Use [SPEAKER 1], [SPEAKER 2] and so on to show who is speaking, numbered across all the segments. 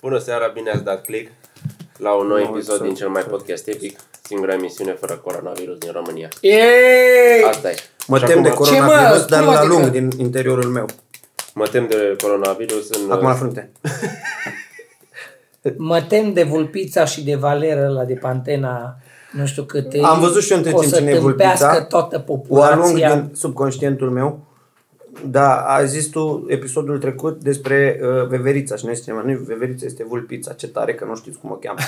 [SPEAKER 1] Bună seara, bine ați dat click la un nou
[SPEAKER 2] Nou
[SPEAKER 1] episod din
[SPEAKER 2] episod.
[SPEAKER 1] cel mai podcast epic, singura emisiune fără coronavirus din România.
[SPEAKER 3] Ei!
[SPEAKER 1] Asta e.
[SPEAKER 2] Mă
[SPEAKER 1] Și
[SPEAKER 2] tem de
[SPEAKER 1] acum-
[SPEAKER 3] Ce, mă?
[SPEAKER 2] coronavirus, dar
[SPEAKER 3] Cum
[SPEAKER 2] la
[SPEAKER 3] adică?
[SPEAKER 2] lung, din interiorul meu.
[SPEAKER 1] Mă tem de coronavirus în... uh,
[SPEAKER 2] Acum la frunte.
[SPEAKER 3] Mă tem de vulpița și de valeră la de pantena nu știu câte.
[SPEAKER 2] Am văzut și eu între
[SPEAKER 3] O
[SPEAKER 2] timp
[SPEAKER 3] să
[SPEAKER 2] cine e
[SPEAKER 3] tâmpească
[SPEAKER 2] vulpița.
[SPEAKER 3] toată
[SPEAKER 2] da? O alung
[SPEAKER 3] populația.
[SPEAKER 2] din subconștientul meu. Da, a zis tu episodul trecut despre uh, veverița și noi suntem, nu veverița, este vulpița. Ce tare că nu știți cum o cheamă.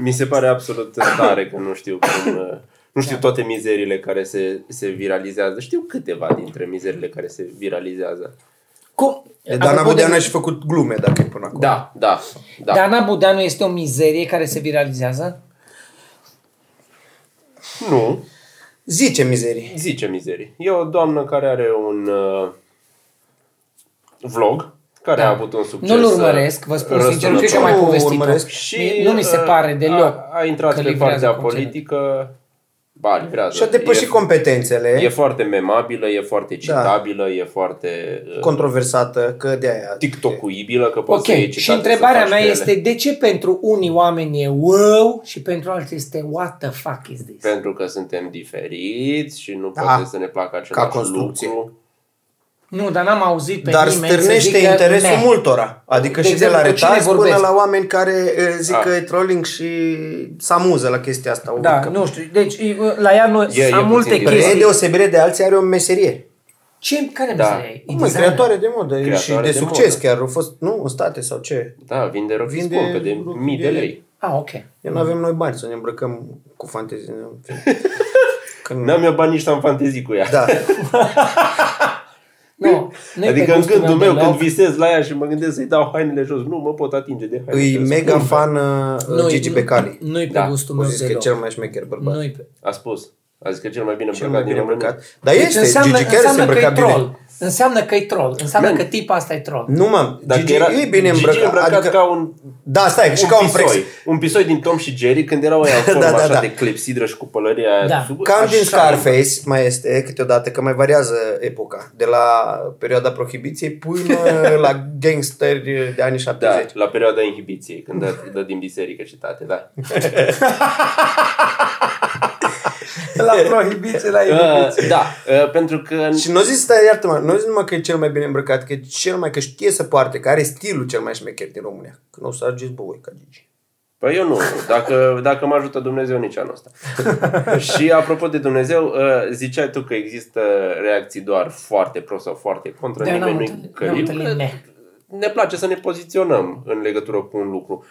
[SPEAKER 1] Mi se pare absolut tare că nu știu cum... uh, Nu
[SPEAKER 3] Da.
[SPEAKER 1] știu toate mizerile care se, se viralizează. Știu câteva dintre mizerile care se viralizează.
[SPEAKER 3] Cum?
[SPEAKER 2] Dana
[SPEAKER 3] Apropo de-
[SPEAKER 2] Budeanu a și făcut glume dacă e până acum.
[SPEAKER 1] Da, da, da. da.
[SPEAKER 3] Dana Budeanu este o mizerie care se viralizează?
[SPEAKER 1] Nu,
[SPEAKER 2] Zice mizerii.
[SPEAKER 1] zice mizerii. E o doamnă care are un uh, vlog care a avut un succes.
[SPEAKER 3] Da. Nu-l
[SPEAKER 1] uh,
[SPEAKER 3] urmăresc, vă spun sincer, nu știu ce
[SPEAKER 1] răsunător.
[SPEAKER 3] am mai
[SPEAKER 2] Nu
[SPEAKER 3] povestit.
[SPEAKER 2] urmăresc.
[SPEAKER 1] Și
[SPEAKER 3] nu mi se
[SPEAKER 1] uh,
[SPEAKER 3] pare deloc.
[SPEAKER 1] A, a intrat
[SPEAKER 3] că
[SPEAKER 1] pe
[SPEAKER 3] livrează
[SPEAKER 1] partea
[SPEAKER 3] conținut.
[SPEAKER 1] politică. Ba, livrează.
[SPEAKER 2] Și a depășit
[SPEAKER 1] e,
[SPEAKER 2] Da. competențele,
[SPEAKER 1] e foarte memabilă, e foarte citabilă, e foarte uh,
[SPEAKER 2] controversată, că de aia...
[SPEAKER 1] TikTok-uibilă, că poți
[SPEAKER 3] Ok,
[SPEAKER 1] să iei
[SPEAKER 3] și
[SPEAKER 1] citate,
[SPEAKER 3] întrebarea
[SPEAKER 1] să faci
[SPEAKER 3] mea
[SPEAKER 1] cu ele.
[SPEAKER 3] este de ce pentru unii oameni e wow și pentru alții este what the fuck is this?
[SPEAKER 1] Pentru că suntem diferiți și nu
[SPEAKER 2] Da.
[SPEAKER 1] poate să ne placă același
[SPEAKER 2] construcție.
[SPEAKER 1] lucru.
[SPEAKER 3] Nu, dar n-am auzit pe
[SPEAKER 2] Dar
[SPEAKER 3] nimeni să
[SPEAKER 2] stârnește
[SPEAKER 3] zică,
[SPEAKER 2] interesul
[SPEAKER 3] "Meh."
[SPEAKER 2] multora. Adică
[SPEAKER 3] De
[SPEAKER 2] și de la
[SPEAKER 3] exemplu, cu cine
[SPEAKER 2] retarzi până
[SPEAKER 3] vorbesc?
[SPEAKER 2] la oameni care eh, zic
[SPEAKER 1] Ah.
[SPEAKER 2] că e trolling și se amuză la chestia asta. Adică o
[SPEAKER 3] Da,
[SPEAKER 2] urcă.
[SPEAKER 3] nu știu. Deci la ea nu,
[SPEAKER 1] E-
[SPEAKER 3] am
[SPEAKER 1] e
[SPEAKER 3] multe
[SPEAKER 1] puțin
[SPEAKER 2] Spre
[SPEAKER 3] chestii.
[SPEAKER 2] deosebire de alții are o meserie.
[SPEAKER 3] Ce? Care
[SPEAKER 1] Da.
[SPEAKER 3] da. mizerie?
[SPEAKER 2] Mă, creatoare de modă și
[SPEAKER 1] Creatoare
[SPEAKER 2] de
[SPEAKER 1] de
[SPEAKER 2] succes
[SPEAKER 1] modă.
[SPEAKER 2] chiar. Au fost, nu, în state sau ce.
[SPEAKER 1] Da, vinde rochii
[SPEAKER 2] Vinde
[SPEAKER 1] scumpe de
[SPEAKER 2] rochii
[SPEAKER 1] mii de
[SPEAKER 2] de-
[SPEAKER 1] lei.
[SPEAKER 3] Ah, ok.
[SPEAKER 2] Eu nu avem noi bani să ne îmbrăcăm cu fantezii. nu? Când...
[SPEAKER 1] N-am eu bani nici am fantezii cu ea.
[SPEAKER 2] Da.
[SPEAKER 3] Nu, nu
[SPEAKER 1] adică în gândul meu, când visez la ea și mă gândesc să-i dau hainele jos, nu mă pot atinge de haine.
[SPEAKER 2] Îi
[SPEAKER 1] Sunt
[SPEAKER 2] mega
[SPEAKER 1] scumpe.
[SPEAKER 2] fan uh, Gigi Becali.
[SPEAKER 3] Nu-i pe
[SPEAKER 1] Da,
[SPEAKER 3] gustul
[SPEAKER 2] O
[SPEAKER 3] meu
[SPEAKER 2] zis că e
[SPEAKER 3] deloc.
[SPEAKER 2] cel mai șmecher bărbat.
[SPEAKER 3] Nu-i pe...
[SPEAKER 1] A spus. A zis că e cel mai bine
[SPEAKER 2] Cel mai
[SPEAKER 1] îmbrăcat din
[SPEAKER 2] bine
[SPEAKER 1] România.
[SPEAKER 2] îmbrăcat. Dar este, Gigi chiar
[SPEAKER 3] Deci înseamnă
[SPEAKER 2] se
[SPEAKER 3] că
[SPEAKER 2] îmbrăca
[SPEAKER 3] e
[SPEAKER 2] bine.
[SPEAKER 3] troll. Înseamnă că e troll. Înseamnă
[SPEAKER 1] Man.
[SPEAKER 3] că tipul asta e troll.
[SPEAKER 2] Nu mă,
[SPEAKER 1] Dacă
[SPEAKER 2] Gigi
[SPEAKER 1] era,
[SPEAKER 2] e bine îmbrăcat.
[SPEAKER 1] Gigi îmbrăcat
[SPEAKER 2] adică,
[SPEAKER 1] ca un,
[SPEAKER 2] Da, stai, și
[SPEAKER 1] un
[SPEAKER 2] ca un prex.
[SPEAKER 1] pisoi. Un pisoi din Tom și Jerry când erau aia în
[SPEAKER 2] Da,
[SPEAKER 1] formă
[SPEAKER 2] da,
[SPEAKER 1] așa
[SPEAKER 2] da.
[SPEAKER 1] de clepsidră și cu pălăria aia
[SPEAKER 3] Da.
[SPEAKER 1] sub-
[SPEAKER 2] Cam
[SPEAKER 1] așa
[SPEAKER 2] din Scarface mai este câteodată, că mai variază epoca. De la perioada prohibiției până la gangsteri de anii 70.
[SPEAKER 1] Da, la perioada inhibiției, când dă, dă din biserică citate, da.
[SPEAKER 3] La prohibiție, la
[SPEAKER 1] Uh, da, uh, pentru că...
[SPEAKER 2] Și nu zis, stai, iartă-mă, nu zis numai că e cel mai bine îmbrăcat, că e cel mai, că știe să poarte, că are stilul cel mai șmecher din România. Că nu o să argeți, bă, voi, ca Gigi.
[SPEAKER 1] Păi eu nu, dacă, dacă mă ajută Dumnezeu nici anul ăsta. și apropo de Dumnezeu, uh, ziceai tu că există reacții doar foarte pro sau foarte contra,
[SPEAKER 3] Dar eu
[SPEAKER 1] nimeni nu-i
[SPEAKER 3] n-am întâlnit- n-am
[SPEAKER 1] călim.
[SPEAKER 3] întâlnit ne.
[SPEAKER 1] Ne place să ne poziționăm în legătură cu un lucru.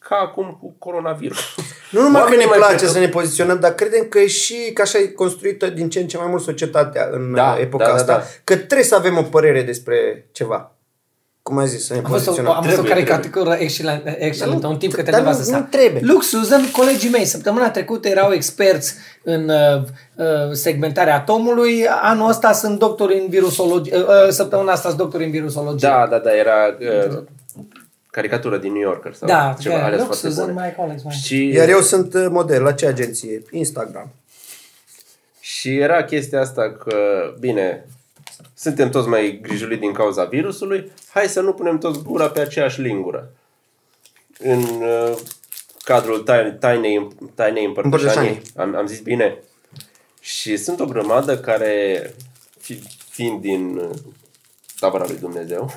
[SPEAKER 1] Ca acum cu coronavirus.
[SPEAKER 2] Nu numai
[SPEAKER 1] Oamenii
[SPEAKER 2] că
[SPEAKER 1] mai
[SPEAKER 2] ne place
[SPEAKER 1] cred că-
[SPEAKER 2] să ne poziționăm, dar credem că e și că așa e construită din ce în ce mai mult societatea în
[SPEAKER 1] Da,
[SPEAKER 2] da, epoca
[SPEAKER 1] da,
[SPEAKER 2] da,
[SPEAKER 1] da,
[SPEAKER 2] asta,
[SPEAKER 1] da.
[SPEAKER 2] că trebuie să avem o părere despre ceva. Cum ai zis, să ne
[SPEAKER 3] Am văzut o,
[SPEAKER 2] poziționăm.
[SPEAKER 3] am văzut o
[SPEAKER 1] Trebuie,
[SPEAKER 3] caricatură excelent- excelentă, un tip
[SPEAKER 2] dar
[SPEAKER 3] către
[SPEAKER 2] nu-
[SPEAKER 3] nevastă sa.
[SPEAKER 2] nu trebuie.
[SPEAKER 3] Luxuzăm colegii mei. Săptămâna trecută erau experți în uh, uh, segmentarea atomului, anul ăsta sunt doctori în virusologie, uh, uh, săptămâna asta sunt doctori în virusologie.
[SPEAKER 1] Da, da, da, era uh, caricatură din New Yorker sau
[SPEAKER 3] da,
[SPEAKER 1] ceva,
[SPEAKER 3] da
[SPEAKER 1] ales foarte
[SPEAKER 3] luxuzăm
[SPEAKER 1] bune.
[SPEAKER 3] mai colegi mai.
[SPEAKER 1] Și,
[SPEAKER 2] Iar eu sunt uh, model. La ce agenție? Instagram.
[SPEAKER 1] și era chestia asta că, bine, suntem toți mai grijuliți din cauza virusului, hai să nu punem toți gura pe aceeași lingură. În uh, cadrul tai- tainei, tainei împărtășanii,
[SPEAKER 2] Împărtășanii.
[SPEAKER 1] am, am zis bine, și sunt o grămadă care, fi, fiind din uh, tabăra lui Dumnezeu,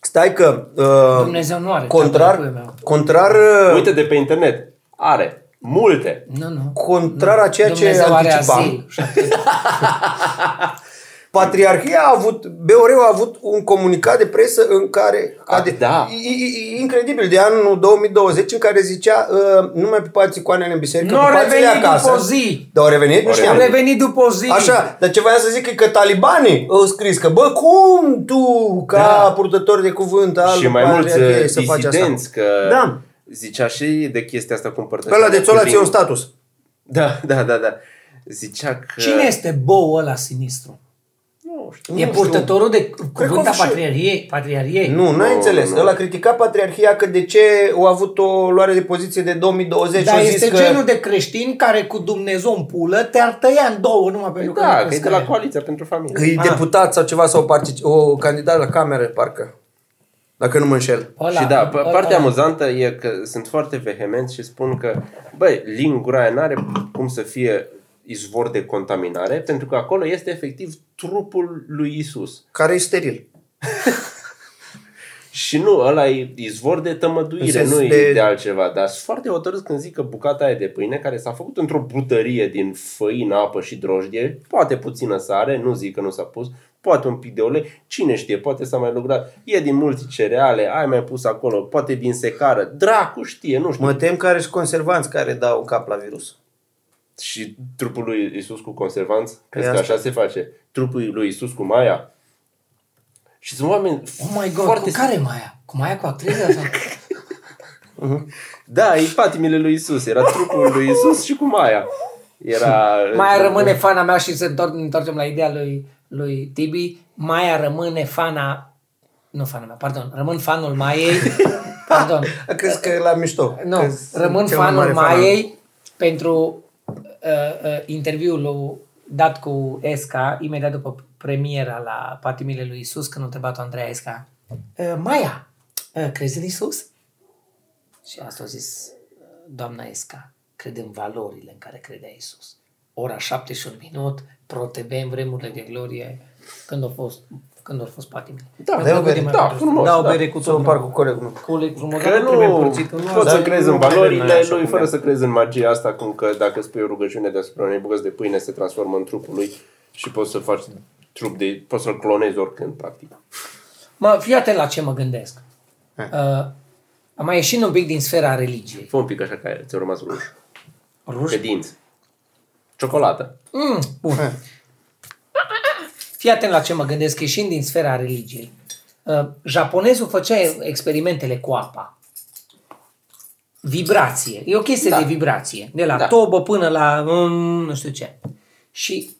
[SPEAKER 2] Stai că... Uh,
[SPEAKER 3] Dumnezeu nu are tabără,
[SPEAKER 2] Contrar,
[SPEAKER 3] puiul meu.
[SPEAKER 2] contrar, uh,
[SPEAKER 1] uite de pe internet, are multe
[SPEAKER 3] Nu, nu.
[SPEAKER 2] contrar a ceea ce
[SPEAKER 3] Dumnezeu are
[SPEAKER 2] anticipam,
[SPEAKER 3] azil. și atunci-
[SPEAKER 2] Patriarhia a avut, BOR-ul a avut un comunicat de presă în care,
[SPEAKER 1] A,
[SPEAKER 2] ade-
[SPEAKER 1] da.
[SPEAKER 2] i- i- i- incredibil, de anul 2020, în care zicea, uh, nu mai pupați icoanele în biserică,
[SPEAKER 3] Nu au
[SPEAKER 2] pupați-le
[SPEAKER 3] revenit
[SPEAKER 2] acasă.
[SPEAKER 3] după o zi.
[SPEAKER 2] Dar au revenit? Nu
[SPEAKER 1] Au
[SPEAKER 2] știam.
[SPEAKER 3] Am revenit după o zi.
[SPEAKER 2] Așa, dar ce voiam să zic e că talibanii au scris că, bă, cum tu, ca
[SPEAKER 1] Da.
[SPEAKER 2] purtător de cuvânt al
[SPEAKER 1] și mai mulți
[SPEAKER 2] patriarhiei,
[SPEAKER 1] uh,
[SPEAKER 2] să faci asta?
[SPEAKER 1] disidenți că
[SPEAKER 2] Da.
[SPEAKER 1] zicea și de chestia asta cu
[SPEAKER 2] Pe ăla de țolație e un
[SPEAKER 1] stat.
[SPEAKER 2] status.
[SPEAKER 1] Da, da, da, da. Zicea că...
[SPEAKER 3] Cine este bou ăla sinistru?
[SPEAKER 1] Nu știu.
[SPEAKER 3] E purtătorul de cuvânt
[SPEAKER 2] că
[SPEAKER 3] a
[SPEAKER 2] și-
[SPEAKER 3] patriarhiei? patriarhiei?
[SPEAKER 2] Nu, n-ai
[SPEAKER 1] Nu,
[SPEAKER 2] înțeles.
[SPEAKER 1] nu.
[SPEAKER 2] El a criticat patriarhia că de ce au avut o luare de poziție de 2020 și
[SPEAKER 3] Dar
[SPEAKER 2] Deci au zis
[SPEAKER 3] este
[SPEAKER 2] că...
[SPEAKER 3] genul de creștin care cu Dumnezeu în pulă te-ar tăia în două numai pentru că
[SPEAKER 1] Da,
[SPEAKER 3] nu
[SPEAKER 1] că e
[SPEAKER 3] crezi
[SPEAKER 1] de la
[SPEAKER 3] că e.
[SPEAKER 1] Coaliția pentru Familie.
[SPEAKER 2] Că e
[SPEAKER 3] Ah.
[SPEAKER 2] deputat sau ceva sau partici... o candidat la cameră, parcă. Dacă nu mă înșel.
[SPEAKER 1] Ola, și da, ola, partea ola. amuzantă e că sunt foarte vehemenți și spun că, băi, lingura aia n-are cum să fie izvor de contaminare, pentru că acolo este efectiv trupul lui Isus.
[SPEAKER 2] Care e steril.
[SPEAKER 1] și nu, ăla e izvor de tămăduire,
[SPEAKER 2] În sens
[SPEAKER 1] nu e
[SPEAKER 2] de-
[SPEAKER 1] de... de altceva. Dar sunt foarte hotărât când zic că bucata aia de pâine, care s-a făcut într-o butărie din făină, apă și drojdie, poate puțină sare, nu zic că nu s-a pus, poate un pic de ulei, cine știe, poate s-a mai lucrat. E din mulți cereale, ai mai pus acolo, poate din secară, dracu știe, nu știu.
[SPEAKER 2] Mă tem că are și conservanți care dau cap la virus.
[SPEAKER 1] Și trupul lui Isus cu conservanți? Crezi
[SPEAKER 2] E
[SPEAKER 1] că
[SPEAKER 2] asta.
[SPEAKER 1] așa se face? Trupul lui Isus cu Maia? Și sunt oameni
[SPEAKER 3] Oh my god,
[SPEAKER 1] foarte...
[SPEAKER 3] cu care mai aia? Cu mai aia cu actriza sau?
[SPEAKER 1] Da, e patimile lui Isus. Era trupul lui Isus și cu Maia. Era...
[SPEAKER 3] Maia rămâne fana mea și să întor- ne întoarcem la ideea lui, lui Tibi. Maia rămâne fana, nu fana mea, pardon, rămân fanul Maiei, pardon,
[SPEAKER 2] Crezi că e la mișto.
[SPEAKER 3] nu,
[SPEAKER 2] Că sunt
[SPEAKER 3] rămân
[SPEAKER 2] cel mai
[SPEAKER 3] fanul
[SPEAKER 2] mare fan al-
[SPEAKER 3] Maiei pentru uh, uh, interviul lui, dat cu Esca, imediat după premiera la Patimile lui Isus, când a întrebat-o Andreea Esca, "Uh, Maia, uh, crezi în Isus? Și asta a zis uh, doamna Esca, crede în valorile în care credea Isus. Ora 7 și un minut, ProTV în vremurile de glorie, când au fost, când au fost patimile.
[SPEAKER 1] Da,
[SPEAKER 3] Mi-a
[SPEAKER 1] da,
[SPEAKER 2] o
[SPEAKER 3] plăcut
[SPEAKER 2] bere,
[SPEAKER 3] imagine.
[SPEAKER 1] da, frumos,
[SPEAKER 2] Da, o
[SPEAKER 1] da.
[SPEAKER 2] bere cu tot în parc cu colegul meu.
[SPEAKER 3] Coleg frumos,
[SPEAKER 1] Că
[SPEAKER 3] dar
[SPEAKER 1] nu,
[SPEAKER 2] trebuie împărțit în
[SPEAKER 1] poți
[SPEAKER 2] nouă,
[SPEAKER 1] să
[SPEAKER 2] dar
[SPEAKER 1] crezi
[SPEAKER 2] nu
[SPEAKER 1] în
[SPEAKER 2] mai
[SPEAKER 1] valorile
[SPEAKER 2] rămâne așa
[SPEAKER 1] lui
[SPEAKER 2] cum
[SPEAKER 1] fără
[SPEAKER 2] e.
[SPEAKER 1] să crezi în magia asta cum că dacă spui o rugăciune deasupra unei bucăți de pâine se transformă în trupul lui și poți să faci trup de... poți să-l clonezi oricând, practic.
[SPEAKER 3] Mă, fii atent la ce mă gândesc. Uh, am mai ieșit un pic din sfera religiei.
[SPEAKER 1] Fă un pic așa că ți-a rămas ruș.
[SPEAKER 3] Ruș?
[SPEAKER 1] Pe dinți. Ciocolată.
[SPEAKER 3] Mm, bun. Fii atent la ce mă gândesc, ieșind din sfera religiei. Uh, japonezul făcea experimentele cu apa. Vibrație. E o chestie
[SPEAKER 1] Da.
[SPEAKER 3] de vibrație. De la
[SPEAKER 1] Da.
[SPEAKER 3] tobă până la mm, nu știu ce. Și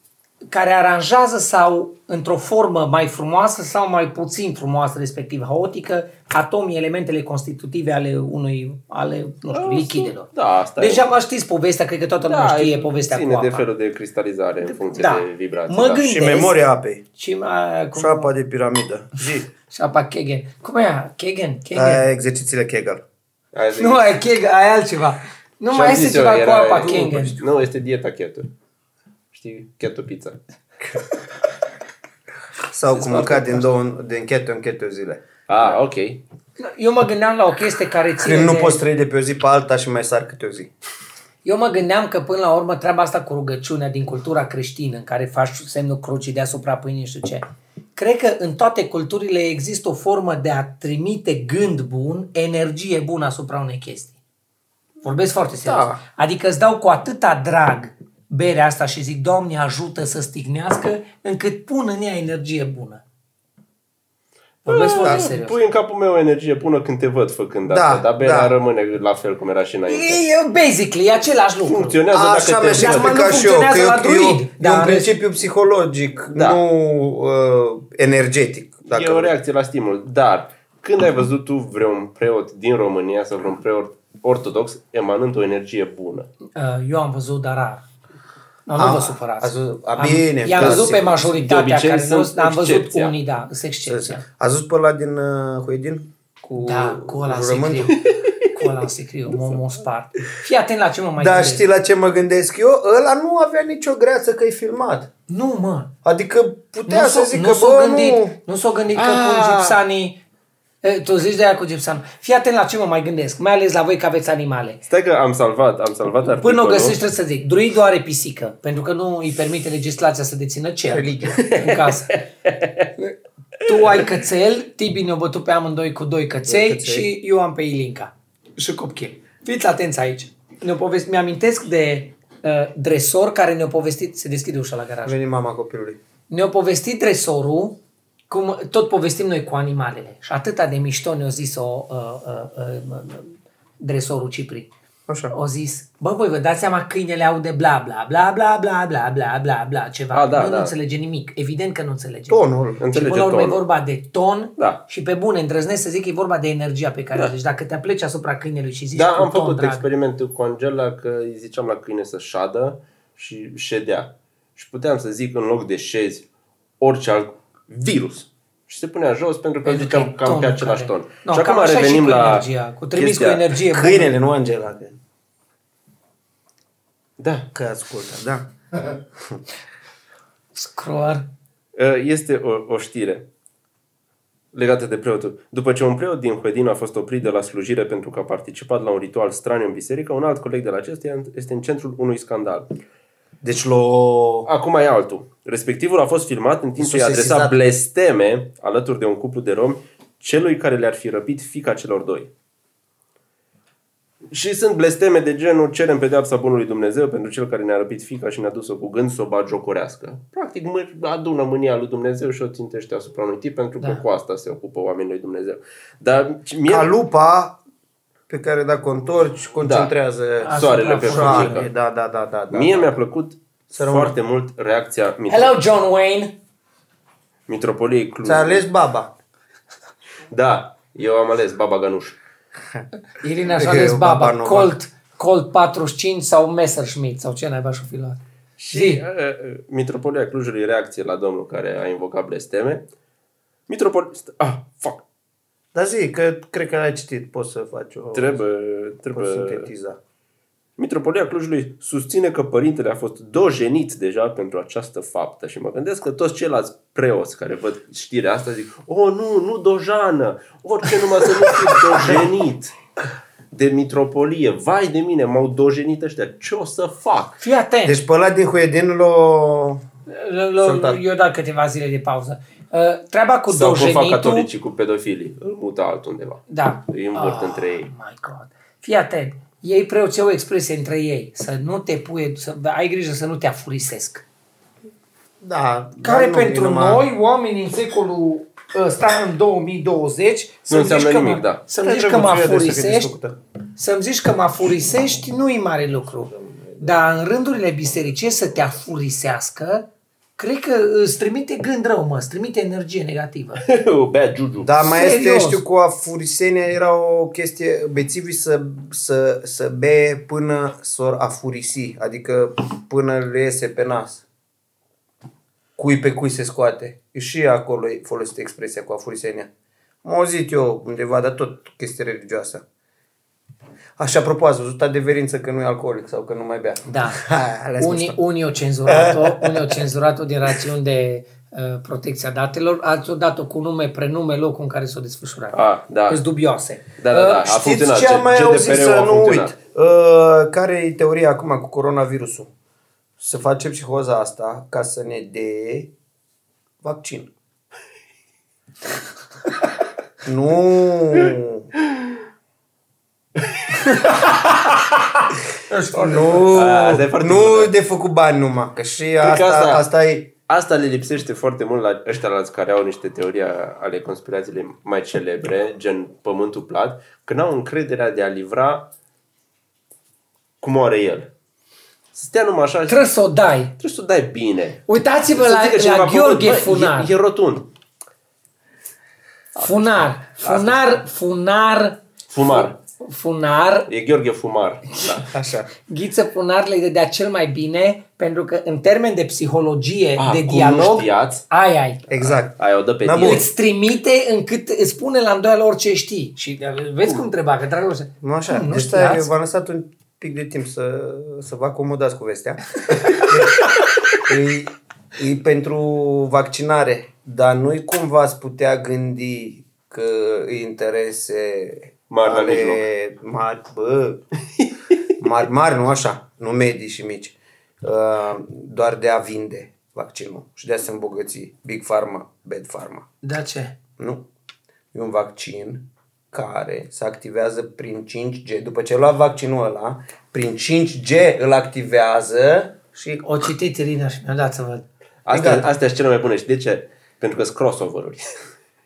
[SPEAKER 3] care aranjează sau într-o formă mai frumoasă sau mai puțin frumoasă, respectiv haotică, atomii, elementele constitutive ale unui, ale, nu știu, lichidelor.
[SPEAKER 1] Da, asta e. Da,
[SPEAKER 3] Deja vă știți povestea, cred că toată lumea știe Da, povestea
[SPEAKER 1] ține
[SPEAKER 3] cu apa.
[SPEAKER 1] de felul de cristalizare în funcție
[SPEAKER 3] da.
[SPEAKER 1] de vibrație.
[SPEAKER 3] Mă
[SPEAKER 1] da.
[SPEAKER 3] gândesc-
[SPEAKER 2] Și memoria apei.
[SPEAKER 3] Și mai,
[SPEAKER 2] Și apa de piramidă. Zi.
[SPEAKER 3] Și apa Kegen. Cum e aia? Kegen? Kegen.
[SPEAKER 2] Aia e exercițiile Kegel.
[SPEAKER 1] Hai să-
[SPEAKER 3] Nu, aia e Kegen, aia e altceva. Nu
[SPEAKER 1] Și
[SPEAKER 3] mai
[SPEAKER 1] am
[SPEAKER 3] este
[SPEAKER 1] zis eu,
[SPEAKER 3] ceva cu
[SPEAKER 1] era-
[SPEAKER 3] apa
[SPEAKER 1] nu,
[SPEAKER 3] Kegen.
[SPEAKER 1] bă, știu. Nu, este dieta keto. Știi? Keto pizza.
[SPEAKER 2] Sau cum mâncat din două, din cheto în cheto zile.
[SPEAKER 3] Da.
[SPEAKER 1] Ah, ok.
[SPEAKER 3] Eu mă gândeam la o chestie care ține
[SPEAKER 2] Când nu
[SPEAKER 3] de...
[SPEAKER 2] poți trăi de pe o zi pe alta și mai sar câte o zi.
[SPEAKER 3] Eu mă gândeam că până la urmă treaba asta cu rugăciunea din cultura creștină în care faci semnul crucii deasupra pâinii și știu ce. Cred că în toate culturile există o formă de a trimite gând bun, energie bună asupra unei chestii. Vorbesc foarte serios.
[SPEAKER 2] Da.
[SPEAKER 3] Adică îți dau cu atâta drag berea asta și zic, Doamne ajută să stignească, încât pun în ea energie bună. Vorbesc
[SPEAKER 1] Da,
[SPEAKER 3] foarte serios.
[SPEAKER 1] pui în capul meu energie bună când te văd făcând asta, dar berea
[SPEAKER 2] da.
[SPEAKER 1] rămâne la fel cum era și înainte.
[SPEAKER 3] E, e basically, e același lucru.
[SPEAKER 1] Funcționează
[SPEAKER 2] Așa mi-aș
[SPEAKER 1] dacă te
[SPEAKER 3] Dar mă, nu
[SPEAKER 1] văd.
[SPEAKER 2] explica și eu, că
[SPEAKER 3] funcționează la
[SPEAKER 2] eu, eu,
[SPEAKER 3] druid, da,
[SPEAKER 2] eu
[SPEAKER 3] dar-
[SPEAKER 2] un principiu psihologic,
[SPEAKER 1] Da.
[SPEAKER 2] nu uh, energetic. Dacă
[SPEAKER 1] E o reacție la stimul. Dar când ai văzut tu vreun preot din România sau vreun preot ortodox emanând o energie bună?
[SPEAKER 3] Uh, Eu am văzut, dar rar. Nu,
[SPEAKER 2] A,
[SPEAKER 3] nu vă supărați.
[SPEAKER 2] ați văzut- Ah, a, bine,
[SPEAKER 3] am, i-am
[SPEAKER 2] că
[SPEAKER 3] văzut
[SPEAKER 2] se-
[SPEAKER 3] pe
[SPEAKER 1] de
[SPEAKER 3] majoritatea
[SPEAKER 1] obicei
[SPEAKER 3] care nu,
[SPEAKER 1] sunt
[SPEAKER 3] am văzut
[SPEAKER 1] excepția.
[SPEAKER 3] unii, da, sunt excepția.
[SPEAKER 2] A zis pe ăla din uh, Huedin? Cu
[SPEAKER 3] Da, cu ăla în
[SPEAKER 2] jurământul?
[SPEAKER 3] sicriu. Cu ăla în sicriu, mă, mă spart. Fii atent la ce mă mai
[SPEAKER 2] Da,
[SPEAKER 3] gândesc.
[SPEAKER 2] știi la ce mă gândesc eu? Ăla nu avea nicio greață că e filmat.
[SPEAKER 3] Nu, mă.
[SPEAKER 2] Adică putea
[SPEAKER 3] Nu
[SPEAKER 2] să
[SPEAKER 3] s-o,
[SPEAKER 2] zică,
[SPEAKER 3] nu s-o
[SPEAKER 2] bă,
[SPEAKER 3] gândit,
[SPEAKER 2] nu...
[SPEAKER 3] nu s-o gândit că
[SPEAKER 1] Ah.
[SPEAKER 3] cu gipsanii... E, Tu zici de aia cu gipsan. Fii atent la ce mă mai gândesc, mai ales la voi că aveți animale.
[SPEAKER 1] Stai că am salvat, am salvat
[SPEAKER 3] Până
[SPEAKER 1] articolul.
[SPEAKER 3] o găsești, trebuie să zic. Druidul are pisică, pentru că nu îi permite legislația să dețină cer. Religie. În casă. tu ai cățel, Tibi ne-a bătut pe amândoi cu doi căței,
[SPEAKER 2] Doi căței.
[SPEAKER 3] și eu am pe Ilinca. Și copchil. Fiți atenți aici. Ne povesti... Mi-amintesc de uh, dresor care ne-a povestit, se deschide ușa la
[SPEAKER 2] A
[SPEAKER 3] garaj.
[SPEAKER 2] venit mama copilului.
[SPEAKER 3] Ne-a povestit dresorul cum tot povestim noi cu animalele. Și atâta de mișto ne-a zis-o uh, uh, uh, uh, dresorul Cipri.
[SPEAKER 2] Așa.
[SPEAKER 3] O zis, bă, voi vă dați seama câinele aude bla bla bla bla bla bla bla bla bla ceva.
[SPEAKER 1] A, da,
[SPEAKER 3] nu,
[SPEAKER 1] da.
[SPEAKER 3] nu înțelege nimic. Evident că nu înțelege.
[SPEAKER 2] Tonul.
[SPEAKER 3] Și
[SPEAKER 1] Înțelege
[SPEAKER 3] până la urmă e
[SPEAKER 1] tonul.
[SPEAKER 3] vorba de ton
[SPEAKER 1] Da.
[SPEAKER 3] și pe bune îndrăznesc să zic că e vorba de energia pe care da. Deci dacă te apleci asupra câinelui și zici
[SPEAKER 1] Da,
[SPEAKER 3] cu
[SPEAKER 1] am
[SPEAKER 3] ton,
[SPEAKER 1] făcut
[SPEAKER 3] drag,
[SPEAKER 1] experimentul cu Angela că îi ziceam la câine să șadă și ședea. Și puteam să zic în loc de șezi orice alt virus. Și se punea jos pentru că
[SPEAKER 3] Pentru că
[SPEAKER 1] ziceam
[SPEAKER 3] e
[SPEAKER 1] cam pe
[SPEAKER 3] tonul
[SPEAKER 1] același
[SPEAKER 3] care-
[SPEAKER 1] ton.
[SPEAKER 3] No,
[SPEAKER 1] și
[SPEAKER 3] cam
[SPEAKER 1] acum
[SPEAKER 3] așa e și
[SPEAKER 1] revenim
[SPEAKER 3] cu
[SPEAKER 1] la
[SPEAKER 3] energia, cu trimis cu energie.
[SPEAKER 2] Câinele, nu Angela. Că,
[SPEAKER 1] Da.
[SPEAKER 2] că ascultă, da.
[SPEAKER 3] Scroar.
[SPEAKER 1] ă, Este o, o știre legată de preotul. După ce un preot din Huedin a fost oprit de la slujire pentru că a participat la un ritual straniu în biserică, un alt coleg de la acestuia este în centrul unui scandal.
[SPEAKER 2] Deci l-o...
[SPEAKER 1] Acum e altul. Respectivul a fost filmat în timp ce i-a
[SPEAKER 2] Susesizat.
[SPEAKER 1] adresat blesteme alături de un cuplu de romi celui care le-ar fi răpit fica celor doi. Și sunt blesteme de genul cerem pedeapsa bunului Dumnezeu pentru cel care ne-a răpit fica și ne-a dus-o cu gând să o bagiocorească. Practic mă- adună mânia lui Dumnezeu și o țintește asupra unui tip pentru că
[SPEAKER 3] Da.
[SPEAKER 1] cu asta se ocupă oamenii lui Dumnezeu. Dar ci- mie...
[SPEAKER 2] Ca lupa pe care dacă o întorci, concentrează
[SPEAKER 1] Da. Soarele pe
[SPEAKER 2] asupra
[SPEAKER 1] fabrică.
[SPEAKER 2] albei. Da, da, da, da. da
[SPEAKER 1] Mie
[SPEAKER 2] da.
[SPEAKER 1] mi-a plăcut
[SPEAKER 2] Să rămână.
[SPEAKER 1] foarte mult reacția mit-
[SPEAKER 3] Hello, John Wayne.
[SPEAKER 1] Mitropoliei Cluj.
[SPEAKER 2] Ți-a ales baba.
[SPEAKER 1] Da, eu am ales Baba Ganuș.
[SPEAKER 3] Irina și-a
[SPEAKER 2] Eu,
[SPEAKER 3] ales
[SPEAKER 2] Baba
[SPEAKER 3] baba.
[SPEAKER 2] Nova.
[SPEAKER 3] Colt, Colt 45 sau Messerschmitt sau ce n-ai și fi luat.
[SPEAKER 1] Și
[SPEAKER 3] Și
[SPEAKER 1] uh, Mitropolia Clujului reacție la domnul care a invocat blesteme. Mitropol... st- Ah, fuck!
[SPEAKER 2] Dar zi, că cred că l-ai citit, poți să faci o...
[SPEAKER 1] Trebuie...
[SPEAKER 2] Poți
[SPEAKER 1] trebuie...
[SPEAKER 2] sintetiza.
[SPEAKER 1] Mitropolia Clujului susține că părintele a fost dojenit deja pentru această faptă și mă gândesc că toți ceilalți preoți care văd știrea asta zic O, nu, nu dojană! Orice numai să nu fiu dojenit! De mitropolie! Vai de mine, m-au dojenit ăștia! Ce o să fac?
[SPEAKER 3] fii atent.
[SPEAKER 2] Deci pe ăla din Huedin l-o...
[SPEAKER 3] L- l-
[SPEAKER 2] Sunt alt-
[SPEAKER 3] eu dat câteva zile de pauză. Uh, treaba cu
[SPEAKER 1] Sau cum fac
[SPEAKER 3] dojenitul...
[SPEAKER 1] catolicii cu pedofilii? Îl mută altundeva.
[SPEAKER 3] Da.
[SPEAKER 1] Îi învârt între ei.
[SPEAKER 3] My God. Fii atent. Ei preoți au o expresie între ei. Să nu te pui... Să ai grijă să nu te afurisesc.
[SPEAKER 2] Da.
[SPEAKER 3] Care
[SPEAKER 2] dar nu,
[SPEAKER 3] pentru
[SPEAKER 2] e numai-
[SPEAKER 3] noi, oamenii în secolul ăsta, în 2020, să-mi zici
[SPEAKER 1] înseamnă
[SPEAKER 3] că
[SPEAKER 1] nimic,
[SPEAKER 3] mă-
[SPEAKER 1] da.
[SPEAKER 3] Să-mi zici
[SPEAKER 2] Trebuie
[SPEAKER 3] că mă
[SPEAKER 2] cu firea de asta, că e
[SPEAKER 3] afurisești,
[SPEAKER 2] desfăcută.
[SPEAKER 3] să-mi zici că mă afurisești nu-i mare lucru. Dar în rândurile bisericești să te afurisească, cred că îți trimite gând rău, mă, îți trimite energie negativă.
[SPEAKER 1] Bad juju.
[SPEAKER 2] Da, mai este,
[SPEAKER 3] Serios.
[SPEAKER 2] știu, cu afurisenia era o chestie, bețivii să, să, să be până s-or afurisi, adică până le iese pe nas. Cui pe cui se scoate. Și acolo e folosită expresia cu afurisenia. Am auzit eu undeva, dar tot chestie religioasă. Așa, apropo, ați văzut adeverință că nu e alcoolic sau că nu mai bea.
[SPEAKER 3] Da.
[SPEAKER 2] Ales
[SPEAKER 3] unii,
[SPEAKER 2] mișto.
[SPEAKER 3] unii au cenzurat-o, unii au cenzurat-o din rațiuni de uh, protecția datelor, alții au dat-o cu nume, prenume, locul în care s-a desfășurat.
[SPEAKER 1] Ah, da.
[SPEAKER 3] Sunt dubioase.
[SPEAKER 1] Da, da, da.
[SPEAKER 3] Uh,
[SPEAKER 1] A funcționat.
[SPEAKER 2] ce am mai
[SPEAKER 1] G-
[SPEAKER 2] auzit
[SPEAKER 1] GDPR-ul
[SPEAKER 2] să
[SPEAKER 1] a
[SPEAKER 2] nu
[SPEAKER 1] funcționat.
[SPEAKER 2] uit? Uh, care e teoria acum cu coronavirusul? Să facem psihoza asta ca să ne dea vaccin. nu! nu,
[SPEAKER 1] Aia, asta e foarte bună,
[SPEAKER 2] nu
[SPEAKER 1] da.
[SPEAKER 2] de făcut bani numai, că și
[SPEAKER 1] că
[SPEAKER 2] asta,
[SPEAKER 1] asta-
[SPEAKER 2] asta, asta e
[SPEAKER 1] Asta le lipsește foarte mult la ăștia la care au niște teorii ale conspirațiilor mai celebre, gen Pământul Plat, că n-au încrederea de a livra cum o are el. Să stea numai așa și
[SPEAKER 3] Trebuie să o dai.
[SPEAKER 1] trebuie să o dai bine.
[SPEAKER 3] Uitați-vă
[SPEAKER 1] Să zică
[SPEAKER 3] la,
[SPEAKER 1] cineva,
[SPEAKER 3] la
[SPEAKER 1] bă,
[SPEAKER 3] Gheorghe
[SPEAKER 1] bă,
[SPEAKER 3] Funar.
[SPEAKER 1] E, e rotund.
[SPEAKER 3] Funar. Funar, funar,
[SPEAKER 1] Fumar.
[SPEAKER 3] funar.
[SPEAKER 1] E Gheorghe Fumar. Da.
[SPEAKER 2] așa.
[SPEAKER 3] Ghiță Funar le dădea cel mai bine pentru că în termen de psihologie,
[SPEAKER 1] Ah,
[SPEAKER 3] de
[SPEAKER 1] cum nu
[SPEAKER 3] dialog,
[SPEAKER 1] știați.
[SPEAKER 3] ai, ai.
[SPEAKER 2] Exact.
[SPEAKER 1] Aia o dă pe
[SPEAKER 2] Na,
[SPEAKER 1] tine.
[SPEAKER 2] bun.
[SPEAKER 3] Îți trimite încât îți pune la îndoială orice știi. Și uh, vezi cum întreba, că Dragoș...
[SPEAKER 2] Nu așa,
[SPEAKER 3] Cum,
[SPEAKER 2] nu
[SPEAKER 3] nu
[SPEAKER 2] deci stai, eu
[SPEAKER 3] știați?
[SPEAKER 2] v-am lăsat un pic de timp să, să vă acomodați cu vestea. e, e pentru vaccinare, dar nu-i cumva ați putea gândi că îi interese
[SPEAKER 1] Mari la
[SPEAKER 2] mari, bă, mari, mari, nu așa, nu medii și mici, uh, doar de a vinde vaccinul și de a se îmbogăți. Big Pharma, Bad Pharma.
[SPEAKER 3] Da ce?
[SPEAKER 2] Nu. E un vaccin care se activează prin 5G. După ce lua vaccinul ăla, prin 5G îl activează și...
[SPEAKER 3] O citit Irina și mi-a dat să văd.
[SPEAKER 1] Astea, astea sunt cele mai bune. Și de ce? Pentru că sunt crossover-uri.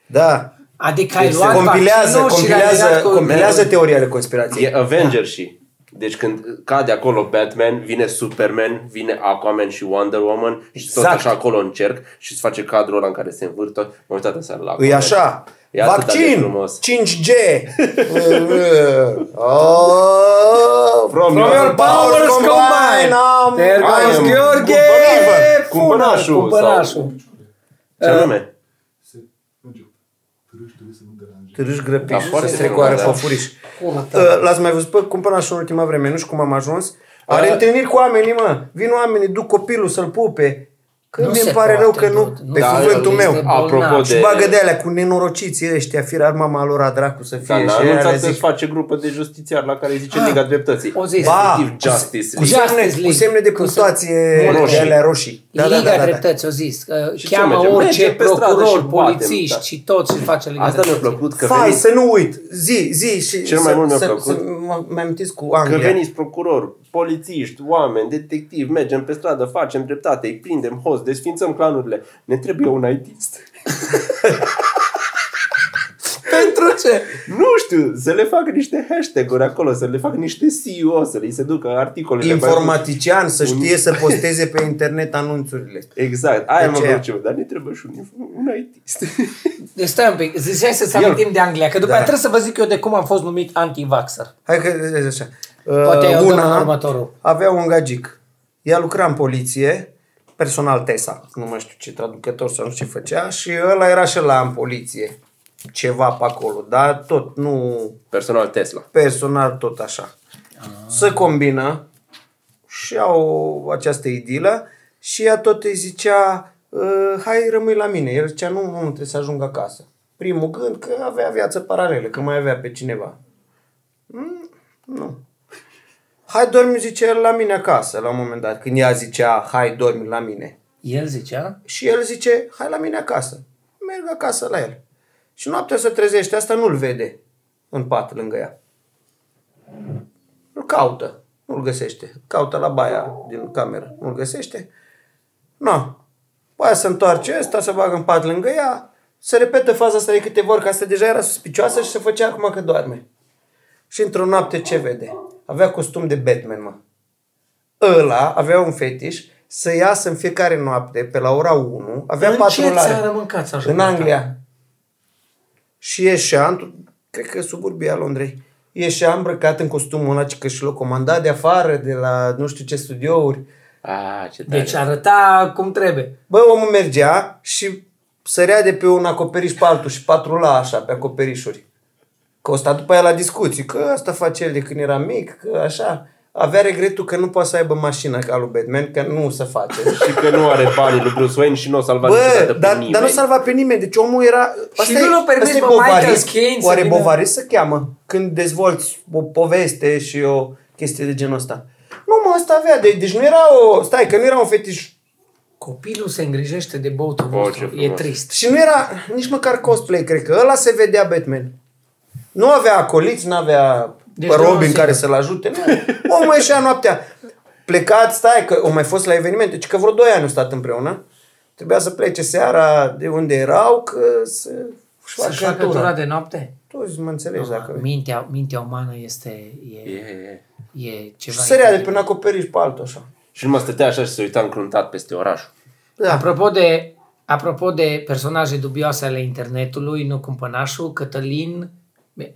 [SPEAKER 2] Da.
[SPEAKER 3] Adică ai
[SPEAKER 2] Deci se
[SPEAKER 3] luat
[SPEAKER 2] compilează,
[SPEAKER 3] vaccinul și l-ai legat
[SPEAKER 2] compilează,
[SPEAKER 3] cu-
[SPEAKER 2] compilează teoria ale conspirației.
[SPEAKER 1] E Avenger și. Deci când cade acolo Batman, vine Superman, vine Aquaman și Wonder Woman și exact. tot
[SPEAKER 2] Exact.
[SPEAKER 1] așa acolo în cerc și îți face cadrul ăla în care se învârtă. M-am uitat în seara la
[SPEAKER 2] E
[SPEAKER 1] Aquaman.
[SPEAKER 2] așa.
[SPEAKER 1] E atât de
[SPEAKER 2] Vaccin!
[SPEAKER 1] frumos.
[SPEAKER 2] 5G! Oh,
[SPEAKER 1] From your
[SPEAKER 2] powers combined! I'm-
[SPEAKER 3] There
[SPEAKER 2] I
[SPEAKER 3] goes
[SPEAKER 2] am
[SPEAKER 3] Gheorghe!
[SPEAKER 2] cumpărat.
[SPEAKER 1] Cumpărașul
[SPEAKER 3] Cumpărașul!
[SPEAKER 2] Uh,
[SPEAKER 1] Ce anume?
[SPEAKER 4] Se- Merge. Târâși trebuie să nu deranjeze.
[SPEAKER 2] Târâși grăpiși,
[SPEAKER 1] Da, foarte
[SPEAKER 2] se
[SPEAKER 1] bun,
[SPEAKER 2] trecoară
[SPEAKER 1] da.
[SPEAKER 2] pe furiș.
[SPEAKER 3] Cum
[SPEAKER 2] Uh, L-ați mai văzut pe cumpănaș în ultima vreme, nu știu cum am ajuns. Are
[SPEAKER 1] A-
[SPEAKER 2] întâlniri cu oamenii, mă. Vin oamenii, duc copilul să-l pupe. Că
[SPEAKER 3] Nu
[SPEAKER 2] mi
[SPEAKER 3] se
[SPEAKER 2] pare
[SPEAKER 3] poate,
[SPEAKER 2] rău că nu,
[SPEAKER 3] dude, nu
[SPEAKER 2] pe
[SPEAKER 3] se
[SPEAKER 2] cuvântul
[SPEAKER 3] poate,
[SPEAKER 2] meu.
[SPEAKER 3] este
[SPEAKER 1] Apropo
[SPEAKER 3] bolnav.
[SPEAKER 2] Și
[SPEAKER 1] de...
[SPEAKER 2] bagă de alea cu nenorociții ăștia, firar mama lor a dracu să
[SPEAKER 1] Da,
[SPEAKER 2] fie
[SPEAKER 1] n-a
[SPEAKER 2] și alea
[SPEAKER 1] anunțat că își
[SPEAKER 2] zic,
[SPEAKER 1] face grupă de justițiar la care îi zice Liga Dreptății.
[SPEAKER 3] o zis.
[SPEAKER 2] Ah, Ba,
[SPEAKER 1] Efectiv, Justice
[SPEAKER 2] cu
[SPEAKER 1] League.
[SPEAKER 3] Justice
[SPEAKER 2] semne,
[SPEAKER 3] League.
[SPEAKER 2] cu semne de
[SPEAKER 3] Cu
[SPEAKER 2] punctuație
[SPEAKER 1] semne-
[SPEAKER 2] roșii.
[SPEAKER 1] Roșii.
[SPEAKER 2] de alea roșii.
[SPEAKER 3] Da, Liga da, da, Dreptății, au zis. Că
[SPEAKER 1] ce
[SPEAKER 3] cheamă
[SPEAKER 1] mergem?
[SPEAKER 3] orice
[SPEAKER 1] Mergem pe stradă
[SPEAKER 3] procuror,
[SPEAKER 1] și batem,
[SPEAKER 3] polițiști
[SPEAKER 1] da.
[SPEAKER 3] și toți și face Liga
[SPEAKER 1] Asta mi-a
[SPEAKER 3] Dreptății.
[SPEAKER 1] plăcut că
[SPEAKER 2] Fai,
[SPEAKER 1] veni,
[SPEAKER 2] să nu uit. Zi, zi și
[SPEAKER 1] Cel mai
[SPEAKER 2] să,
[SPEAKER 1] mult mi-a
[SPEAKER 2] să,
[SPEAKER 1] plăcut-
[SPEAKER 2] să mă mă amintiți cu
[SPEAKER 1] că
[SPEAKER 2] Anglia.
[SPEAKER 1] veniți procuror, polițiști, oameni, detectivi, mergem pe stradă, facem dreptate, îi prindem host, desfințăm clanurile. Ne trebuie un ITist.
[SPEAKER 3] Pentru ce?
[SPEAKER 1] Nu știu, să le fac niște hashtag-uri acolo, să le fac niște CEO, să le se ducă articolele.
[SPEAKER 2] Informatician să știe să posteze pe internet anunțurile.
[SPEAKER 1] Exact, aia
[SPEAKER 2] De
[SPEAKER 1] mă
[SPEAKER 2] aceea.
[SPEAKER 1] vreau ceva, dar ne trebuie și un, un ITist.
[SPEAKER 3] Deci stai un pic, ziceai să-ți
[SPEAKER 1] El-
[SPEAKER 3] amintim de Anglia, că după
[SPEAKER 2] Da.
[SPEAKER 3] da. trebuie să vă zic eu de cum am fost numit anti-vaxxer.
[SPEAKER 2] Hai că vezi așa.
[SPEAKER 3] Poate
[SPEAKER 2] Uh,
[SPEAKER 3] eu dăm
[SPEAKER 2] una
[SPEAKER 3] următorul.
[SPEAKER 2] avea un gagic. Ea lucra în poliție, personal TESA, nu mai știu ce traducător sau nu știu ce făcea, și ăla era și la în poliție, ceva pe acolo, dar tot nu
[SPEAKER 1] Personal Tesla.
[SPEAKER 2] personal tot așa. Să combină și au această idilă și ea tot îi zicea "Uh, hai rămâi la mine. El zicea nu, nu, nu, trebuie să ajung acasă. Primul gând că avea viață paralelă, că mai avea pe cineva. Mm, nu. Hai dormi, zice el, la mine acasă la un moment dat, când ea zicea hai dormi la mine.
[SPEAKER 3] El zicea,
[SPEAKER 2] Și el zice, hai la mine acasă. Merg acasă la el. Și noaptea se trezește, asta nu-l vede în pat lângă ea. Îl caută, nu-l găsește. Caută la baia din cameră, nu-l găsește. No. Baia se întoarce ăsta, se bagă în pat lângă ea, se repetă faza asta de câteva ori, că asta deja era suspicioasă și se făcea acum că doarme. Și într-o noapte ce vede? Avea costum de Batman, mă ăla avea un fetiș să iasă în fiecare noapte pe la ora 1, avea
[SPEAKER 3] În ce
[SPEAKER 2] patrulare.
[SPEAKER 3] țară mâncați așa
[SPEAKER 2] În
[SPEAKER 3] mult?
[SPEAKER 2] Anglia. Și ieșea, într- cred că suburbia Londrei, ieșea îmbrăcat în costumul ăla, ci că și l-o comanda de afară, de la nu știu ce studiouri.
[SPEAKER 1] Ah, ce tare.
[SPEAKER 2] Da.
[SPEAKER 3] deci arăta cum trebuie.
[SPEAKER 2] Bă, omul mergea și sărea de pe un acoperiș pe altul și patrula așa pe acoperișuri. Că o sta după aia la discuții, că asta face el de când era mic, că așa. Avea regretul că nu poate să aibă mașină ca lui Batman, că nu se face.
[SPEAKER 1] și că nu are banii lui Bruce Wayne și nu o salva
[SPEAKER 2] Bă,
[SPEAKER 1] niciodată pe
[SPEAKER 2] dar,
[SPEAKER 1] nimeni.
[SPEAKER 2] dar nu salva pe nimeni, deci omul era... asta
[SPEAKER 3] nu
[SPEAKER 2] e-
[SPEAKER 3] l-au permis
[SPEAKER 2] asta e
[SPEAKER 3] pe Michael
[SPEAKER 2] Bovaris.
[SPEAKER 3] Caine să
[SPEAKER 2] Oare
[SPEAKER 3] vină?
[SPEAKER 2] Bovaris se cheamă când dezvolți o poveste și o chestie de genul ăsta? Nu mă, asta avea, de, deci nu era o... Stai, că nu era un fetiș
[SPEAKER 3] Copilul se îngrijește de băutul
[SPEAKER 1] Oh,
[SPEAKER 3] vostru.
[SPEAKER 1] ce
[SPEAKER 3] e
[SPEAKER 1] frumos.
[SPEAKER 3] trist.
[SPEAKER 2] Și nu era nici măcar cosplay, cred că ăla se vedea Batman. Nu avea acoliți, nu avea
[SPEAKER 3] Deci
[SPEAKER 2] deci
[SPEAKER 3] nu
[SPEAKER 2] Robin
[SPEAKER 3] se-
[SPEAKER 2] care să-l ajute. Nu. Omul ieșea noaptea. Plecat, stai, că au mai fost la evenimente. Deci că vreo 2 ani au stat împreună. Trebuia să plece seara de unde erau, că să...
[SPEAKER 3] Să-și facă tura de noapte?
[SPEAKER 2] Tu mă înțelegi dacă...
[SPEAKER 3] Mintea, mintea umană este
[SPEAKER 1] E,
[SPEAKER 3] e,
[SPEAKER 1] e, e.
[SPEAKER 3] e
[SPEAKER 2] Și
[SPEAKER 3] ceva.
[SPEAKER 2] sărea de pe un acoperiș pe altul așa.
[SPEAKER 1] Și nu mă stătea așa și se uita încruntat peste oraș.
[SPEAKER 2] Da.
[SPEAKER 3] Apropo de, apropo de personaje dubioase ale internetului, nu cumpănașul, Cătălin uh,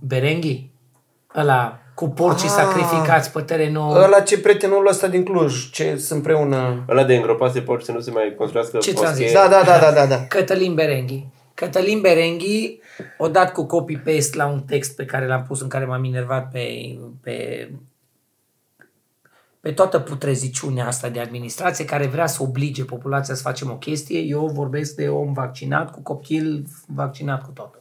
[SPEAKER 3] Berenghi, ăla cu porcii
[SPEAKER 2] Ah.
[SPEAKER 3] sacrificați pe terenul.
[SPEAKER 2] Ăla ce prietenul ăsta din Cluj, ce sunt împreună...
[SPEAKER 1] Ăla de îngropase porci să nu se mai construiască
[SPEAKER 3] Ce ți-am
[SPEAKER 1] moschee.
[SPEAKER 3] zis?
[SPEAKER 2] Da, da, da, da, da, da.
[SPEAKER 3] Cătălin Berenghi. Cătălin Berenghi, o dat cu copy-paste la un text pe care l-am pus, în care m-am enervat pe, pe, pe toată putreziciunea asta de administrație care vrea să oblige populația să facem o chestie. Eu vorbesc de om vaccinat cu copil vaccinat cu tot.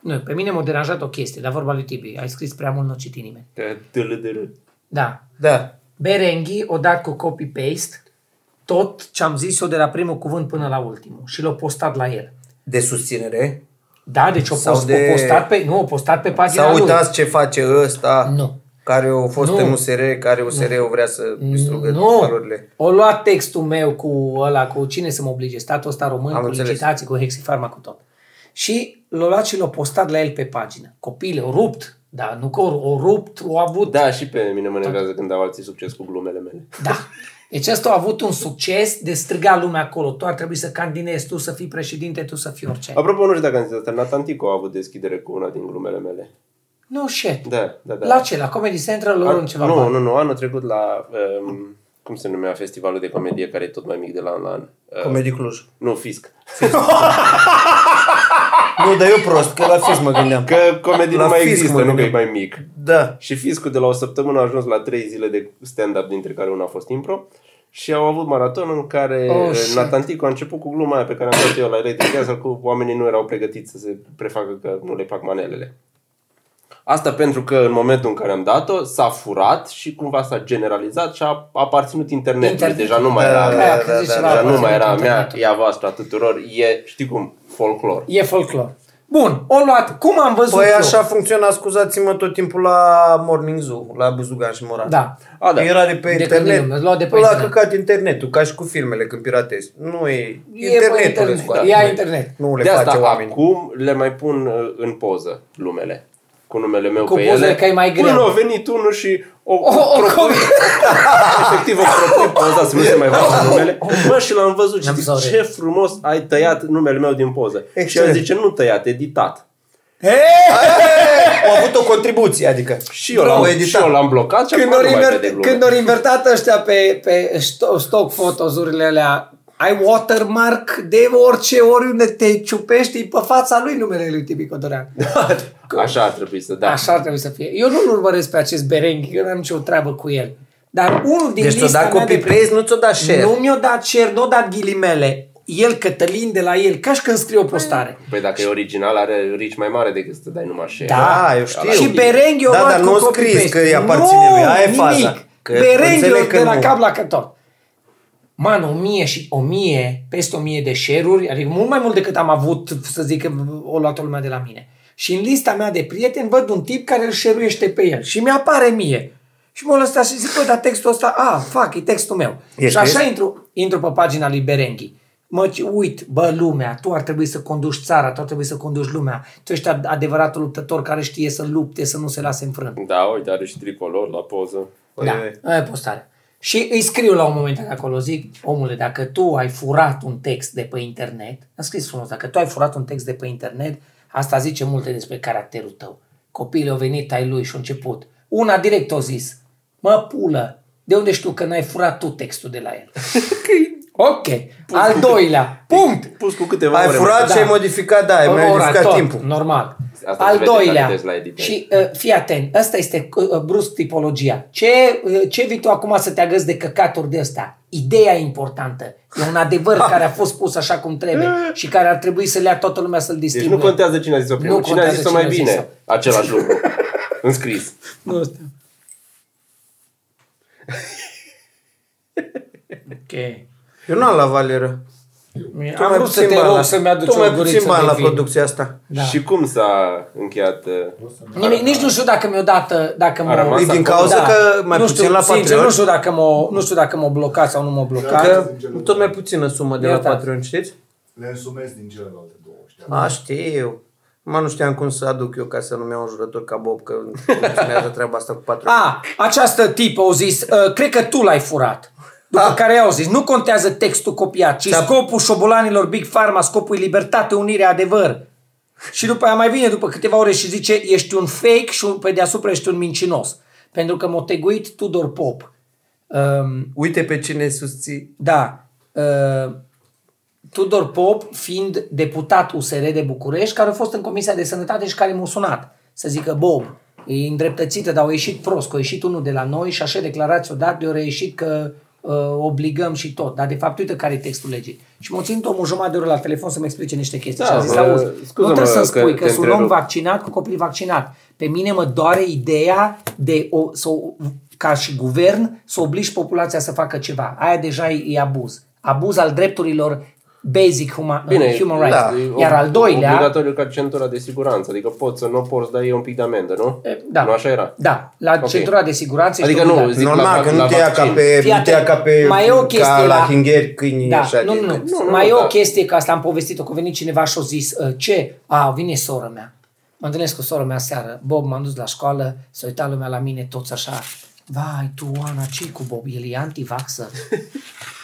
[SPEAKER 3] Nu, pe mine m-a deranjat o chestie, dar vorba lui Tibi, ai scris prea mult, nu n-o citi nimeni.
[SPEAKER 1] Că tâlâdâlâ.
[SPEAKER 3] Da,
[SPEAKER 2] Da.
[SPEAKER 3] Berenghi o dat cu copy-paste tot ce am zis eu de la primul cuvânt până la ultimul și l-a postat la el.
[SPEAKER 2] De susținere.
[SPEAKER 3] Da, deci o,
[SPEAKER 2] Sau
[SPEAKER 3] post,
[SPEAKER 2] de-
[SPEAKER 3] de... o postat pe, nu, o postat pe pagina
[SPEAKER 2] Sau
[SPEAKER 3] lui.
[SPEAKER 2] uitați ce face ăsta
[SPEAKER 3] Nu.
[SPEAKER 2] care o fost
[SPEAKER 3] Nu.
[SPEAKER 2] în USR, care USR-ul vrea să distrugă
[SPEAKER 3] Nu,
[SPEAKER 2] valorile.
[SPEAKER 3] o luat textul meu cu ăla, cu cine să mă oblige, statul ăsta român,
[SPEAKER 2] Am
[SPEAKER 3] cu
[SPEAKER 2] înțeles.
[SPEAKER 3] licitații, cu hexifarma, cu tot. Și l-a luat și l-a postat la el pe pagină. Copile, o rupt, da, nu că o, o rupt, o avut,
[SPEAKER 1] Da, și pe mine mă enervează când au alții succes cu glumele mele.
[SPEAKER 3] Da. Deci ăsta a avut un succes de striga lumea acolo. Tu ar trebui să candidezi, tu să fii președinte, tu să fii orice.
[SPEAKER 1] Apropo, nu știu dacă am zis asta, Nathan Tico a avut deschidere cu una din glumele mele.
[SPEAKER 3] No shit.
[SPEAKER 1] Da, da, da.
[SPEAKER 3] La ce? La Comedy Central lor în ceva
[SPEAKER 1] nu,
[SPEAKER 3] bani.
[SPEAKER 1] nu, nu, anul trecut la, um, cum se numea, festivalul de comedie care e tot mai mic de la an la an. Uh,
[SPEAKER 2] Comedy Cluj.
[SPEAKER 1] nu, Fisc.
[SPEAKER 2] Nu, dar eu prost, că la fisc mă gândeam.
[SPEAKER 1] Că comedii
[SPEAKER 2] La
[SPEAKER 1] nu mai
[SPEAKER 2] fisc, mă
[SPEAKER 1] există, nu că e
[SPEAKER 2] gândeam.
[SPEAKER 1] mai mic.
[SPEAKER 2] Da.
[SPEAKER 1] Și fiscul de la o săptămână a ajuns la trei zile de stand-up, dintre care una a fost impro. Și au avut maraton în care
[SPEAKER 3] Oh,
[SPEAKER 1] oh,
[SPEAKER 3] shit.
[SPEAKER 1] Natantico a început cu gluma aia pe care am dat eu la Reddit Castle cu oamenii nu erau pregătiți să se prefacă că nu le plac manelele. Asta pentru că în momentul în care am dat-o s-a furat și cumva s-a generalizat și a aparținut internetului.
[SPEAKER 3] Internet.
[SPEAKER 1] Deja nu mai era a
[SPEAKER 2] Da,
[SPEAKER 1] mea,
[SPEAKER 2] da,
[SPEAKER 3] Aia, că zici
[SPEAKER 2] da,
[SPEAKER 3] ceva,
[SPEAKER 2] da,
[SPEAKER 1] deja nu mai
[SPEAKER 3] aparținut
[SPEAKER 1] era a mea,
[SPEAKER 3] internetul.
[SPEAKER 1] e a voastră a tuturor, e, știi cum, folclor.
[SPEAKER 3] E folclor. Bun, o luat. Cum am văzut
[SPEAKER 2] Păi
[SPEAKER 3] eu?
[SPEAKER 2] așa funcționa, scuzați-mă, tot timpul la Morning Zoo, la Buzugan și Moran.
[SPEAKER 3] Da.
[SPEAKER 1] A, da.
[SPEAKER 2] Era de pe
[SPEAKER 3] De când
[SPEAKER 2] internet.
[SPEAKER 3] luăm, îți luau de pe
[SPEAKER 2] Ăla a
[SPEAKER 3] internet.
[SPEAKER 2] căcat internetul, ca și cu filmele când piratezi. Nu e...
[SPEAKER 3] E pe
[SPEAKER 2] le
[SPEAKER 3] internet. da.
[SPEAKER 2] scoate.
[SPEAKER 3] Ia internet.
[SPEAKER 2] Nu le
[SPEAKER 1] de
[SPEAKER 2] face
[SPEAKER 1] asta
[SPEAKER 2] oameni.
[SPEAKER 1] acum le mai pun uh, în poză lumele. Cu numele meu
[SPEAKER 3] Cu
[SPEAKER 1] pe
[SPEAKER 3] pozele,
[SPEAKER 1] ele.
[SPEAKER 3] că e mai greu.
[SPEAKER 1] Până a venit unul și o, o,
[SPEAKER 3] o
[SPEAKER 1] propui, efectiv o propui poza să nu se mai vadă numele. Bă, și l-am văzut și
[SPEAKER 3] N-am
[SPEAKER 1] zic,
[SPEAKER 3] zis,
[SPEAKER 1] ce frumos ai tăiat numele meu din poză. Și el
[SPEAKER 2] Excelent.
[SPEAKER 1] zice, nu tăiat, editat.
[SPEAKER 2] Au avut o contribuție, adică.
[SPEAKER 1] Și eu,
[SPEAKER 2] Bravo,
[SPEAKER 1] l-am,
[SPEAKER 2] editat.
[SPEAKER 1] și eu l-am blocat și
[SPEAKER 3] Când
[SPEAKER 1] acum
[SPEAKER 3] ori,
[SPEAKER 1] nu mai
[SPEAKER 3] invert,
[SPEAKER 1] vede glume.
[SPEAKER 3] când ori invertat ăștia pe, pe sto- stock fotozurile alea, ai watermark de orice, oriunde te ciupești, e pe fața lui numele lui Tibi Codorean.
[SPEAKER 1] Așa ar trebui să da.
[SPEAKER 3] Așa ar trebui să fie. Eu nu-l urmăresc pe acest berenghi, eu n-am nicio treabă cu el. Dar unul din
[SPEAKER 2] Deci ți-o
[SPEAKER 3] lista
[SPEAKER 2] da
[SPEAKER 3] mea de prieteni-
[SPEAKER 2] copy-paste, nu ți-o da share.
[SPEAKER 3] Nu mi-o dat share, nu o dat ghilimele. El, Cătălin, de la el, ca și când scrie o postare.
[SPEAKER 1] Păi dacă e original, are rici mai mare decât să dai numai share.
[SPEAKER 2] Da, eu știu.
[SPEAKER 3] Și Berenghi o
[SPEAKER 2] Da,
[SPEAKER 3] luat
[SPEAKER 2] dar
[SPEAKER 3] cu
[SPEAKER 2] nu
[SPEAKER 3] copy-paste.
[SPEAKER 2] scris că îi aparține lui. Aia e
[SPEAKER 3] nimic.
[SPEAKER 2] faza. Că
[SPEAKER 3] Berenghi
[SPEAKER 2] înțeleg
[SPEAKER 3] de
[SPEAKER 2] că
[SPEAKER 3] la
[SPEAKER 2] nu.
[SPEAKER 3] cap la cător. Man, o mie și o mie, peste o mie de share-uri, adică mult mai mult decât am avut, să zic, că o luat lumea de la mine. Și în lista mea de prieteni văd un tip care îl șeruiește pe el și mi-apare mie. Și mă lăsa și zic, bă, dar textul ăsta, a, fac, e textul meu.
[SPEAKER 2] E
[SPEAKER 3] și așa
[SPEAKER 2] text?
[SPEAKER 3] intru, intru pe pagina lui Berenghi. Mă, ci- uit, bă, lumea, tu ar trebui să conduci țara, tu ar trebui să conduci lumea. Tu ești ad- adevăratul luptător care știe să lupte, să nu se lase înfrânt.
[SPEAKER 1] Da, uite, are și tricolor la poză.
[SPEAKER 2] Păi,
[SPEAKER 3] Da, aia e postarea. Și îi scriu la un moment dat acolo, zic, omule, dacă tu ai furat un text de pe internet, am scris frumos, dacă tu ai furat un text de pe internet, asta zice multe despre caracterul tău. Copiii au venit ai lui și au început. Una direct o zis, mă pulă, de unde știu că n-ai furat tu textul de la el? ok, al doilea, punct!
[SPEAKER 1] Pus cu câteva
[SPEAKER 2] Ai
[SPEAKER 1] ore mai
[SPEAKER 2] furat
[SPEAKER 3] da.
[SPEAKER 2] și ai modificat, da, ai mai
[SPEAKER 3] Ora,
[SPEAKER 2] modificat
[SPEAKER 3] tot,
[SPEAKER 2] timpul.
[SPEAKER 3] Normal.
[SPEAKER 1] Asta
[SPEAKER 3] Al
[SPEAKER 1] se vede că
[SPEAKER 3] doilea.
[SPEAKER 1] editezi la editare.
[SPEAKER 3] Și uh, fii atent. Asta este uh, brusc tipologia. Ce, uh, ce vii tu acum să te agăți de căcaturi de astea? Ideea e importantă. E un adevăr care a fost pus așa cum trebuie și care ar trebui să lea toată lumea să-l
[SPEAKER 1] Deci
[SPEAKER 3] distribuie.
[SPEAKER 1] nu contează cine a zis-o primul,
[SPEAKER 3] Nu
[SPEAKER 1] cine a
[SPEAKER 3] contează
[SPEAKER 1] zis-o
[SPEAKER 3] cine
[SPEAKER 1] mai
[SPEAKER 3] a
[SPEAKER 1] bine,
[SPEAKER 3] zis-o.
[SPEAKER 1] același lucru, înscris.
[SPEAKER 3] Nu știu. ok.
[SPEAKER 2] Eu n-am la valeră. Tu
[SPEAKER 3] Am
[SPEAKER 2] mai
[SPEAKER 3] vrut să
[SPEAKER 2] puțin
[SPEAKER 3] te
[SPEAKER 2] bani
[SPEAKER 3] rog
[SPEAKER 2] la-
[SPEAKER 3] să-mi aduci
[SPEAKER 2] Tu mai
[SPEAKER 3] o
[SPEAKER 2] puțin
[SPEAKER 3] guriță
[SPEAKER 2] bani la
[SPEAKER 3] de vin.
[SPEAKER 2] producția asta.
[SPEAKER 3] Da.
[SPEAKER 1] Și cum s-a încheiat? uh,
[SPEAKER 3] Nimic, nici nu știu dacă mi-o dată, dacă
[SPEAKER 1] A
[SPEAKER 3] mă...
[SPEAKER 1] rămas
[SPEAKER 2] E din
[SPEAKER 1] acolo?
[SPEAKER 2] cauza că mai
[SPEAKER 3] nu știu,
[SPEAKER 2] puțin la
[SPEAKER 3] sincer, nu
[SPEAKER 2] Patreon.
[SPEAKER 3] știu dacă mă, nu știu dacă mă blocat sau nu mă blocat.
[SPEAKER 2] Că tot mai puțină sumă de la
[SPEAKER 3] Iertați.
[SPEAKER 2] Patreon, știți?
[SPEAKER 4] Le însumez din celelalte două, știi?
[SPEAKER 2] A, știu. Mă, nu știam cum să aduc eu ca să nu-mi iau un jurător ca Bob, că îmi funcționează treaba asta cu Patreon.
[SPEAKER 3] A, Ah, această tipă au zis, "Uh, cred că tu l-ai furat. După
[SPEAKER 2] Ah.
[SPEAKER 3] da. care au zis, nu contează textul copiat, ci scopul șobolanilor Big Pharma, scopul e libertate, unire, adevăr. Și după aia mai vine după câteva ore și zice, ești un fake și un- pe deasupra ești un mincinos. Pentru că m-a teguit Tudor Pop. Um,
[SPEAKER 2] Uite pe cine susții.
[SPEAKER 3] Da. Uh, Tudor Pop, fiind deputat USR de București, care a fost în Comisia de Sănătate și care m-a sunat să zică, Bob, e îndreptățită, dar au ieșit prost, că a ieșit unul de la noi și așa declarați-o dat, de reieșit că uh, obligăm și tot. Dar de fapt, uite care e textul legii. Și mă ținut omul jumătate de oră la telefon să-mi explice niște chestii.
[SPEAKER 1] Da,
[SPEAKER 3] și a zis,
[SPEAKER 1] bă,
[SPEAKER 3] auzi, nu
[SPEAKER 1] scuză-mă
[SPEAKER 3] trebuie să-mi
[SPEAKER 1] că
[SPEAKER 3] spui că,
[SPEAKER 1] te
[SPEAKER 3] sunt un om
[SPEAKER 1] întrerup."
[SPEAKER 3] vaccinat cu copil vaccinat. Pe mine mă doare ideea de o, să, o- ca și guvern să obligi populația să facă ceva. Aia deja e, e abuz. Abuz al drepturilor basic huma,
[SPEAKER 1] Bine,
[SPEAKER 3] human
[SPEAKER 1] da,
[SPEAKER 3] rights.
[SPEAKER 1] e ob-
[SPEAKER 3] Iar al doilea...
[SPEAKER 1] Obligatoriu ca centura de siguranță, adică poți să nu o porți, dar e un pic de amendă, nu?
[SPEAKER 3] E, Da.
[SPEAKER 1] Nu așa era?
[SPEAKER 3] Da. La
[SPEAKER 1] Ok.
[SPEAKER 3] okay. centura de siguranță
[SPEAKER 1] Adică
[SPEAKER 3] ești
[SPEAKER 1] nu,
[SPEAKER 3] obligat.
[SPEAKER 1] Zic
[SPEAKER 2] Normal,
[SPEAKER 1] la-
[SPEAKER 2] că
[SPEAKER 1] la
[SPEAKER 2] nu te ia ca
[SPEAKER 1] vaccin.
[SPEAKER 2] pe,
[SPEAKER 3] Fii
[SPEAKER 2] nu te ia
[SPEAKER 3] atent,
[SPEAKER 2] ca pe,
[SPEAKER 3] mai e o chestie
[SPEAKER 2] ca la
[SPEAKER 3] la-
[SPEAKER 2] hingeri câinii
[SPEAKER 3] da,
[SPEAKER 2] așa. adică
[SPEAKER 3] nu,
[SPEAKER 2] gen,
[SPEAKER 3] nu, nu.
[SPEAKER 2] că-
[SPEAKER 1] nu,
[SPEAKER 3] Mai e
[SPEAKER 1] nu,
[SPEAKER 3] o
[SPEAKER 1] da.
[SPEAKER 3] chestie că asta am povestit-o, că a venit cineva și a zis, "Uh, ce? A, vine sora mea. Mă întâlnesc cu sora mea seară. Bob, m-am dus la școală, s-a uitat lumea la mine, toți așa. Vai, tu, Ana, ce cu Bob? El e antivaxer.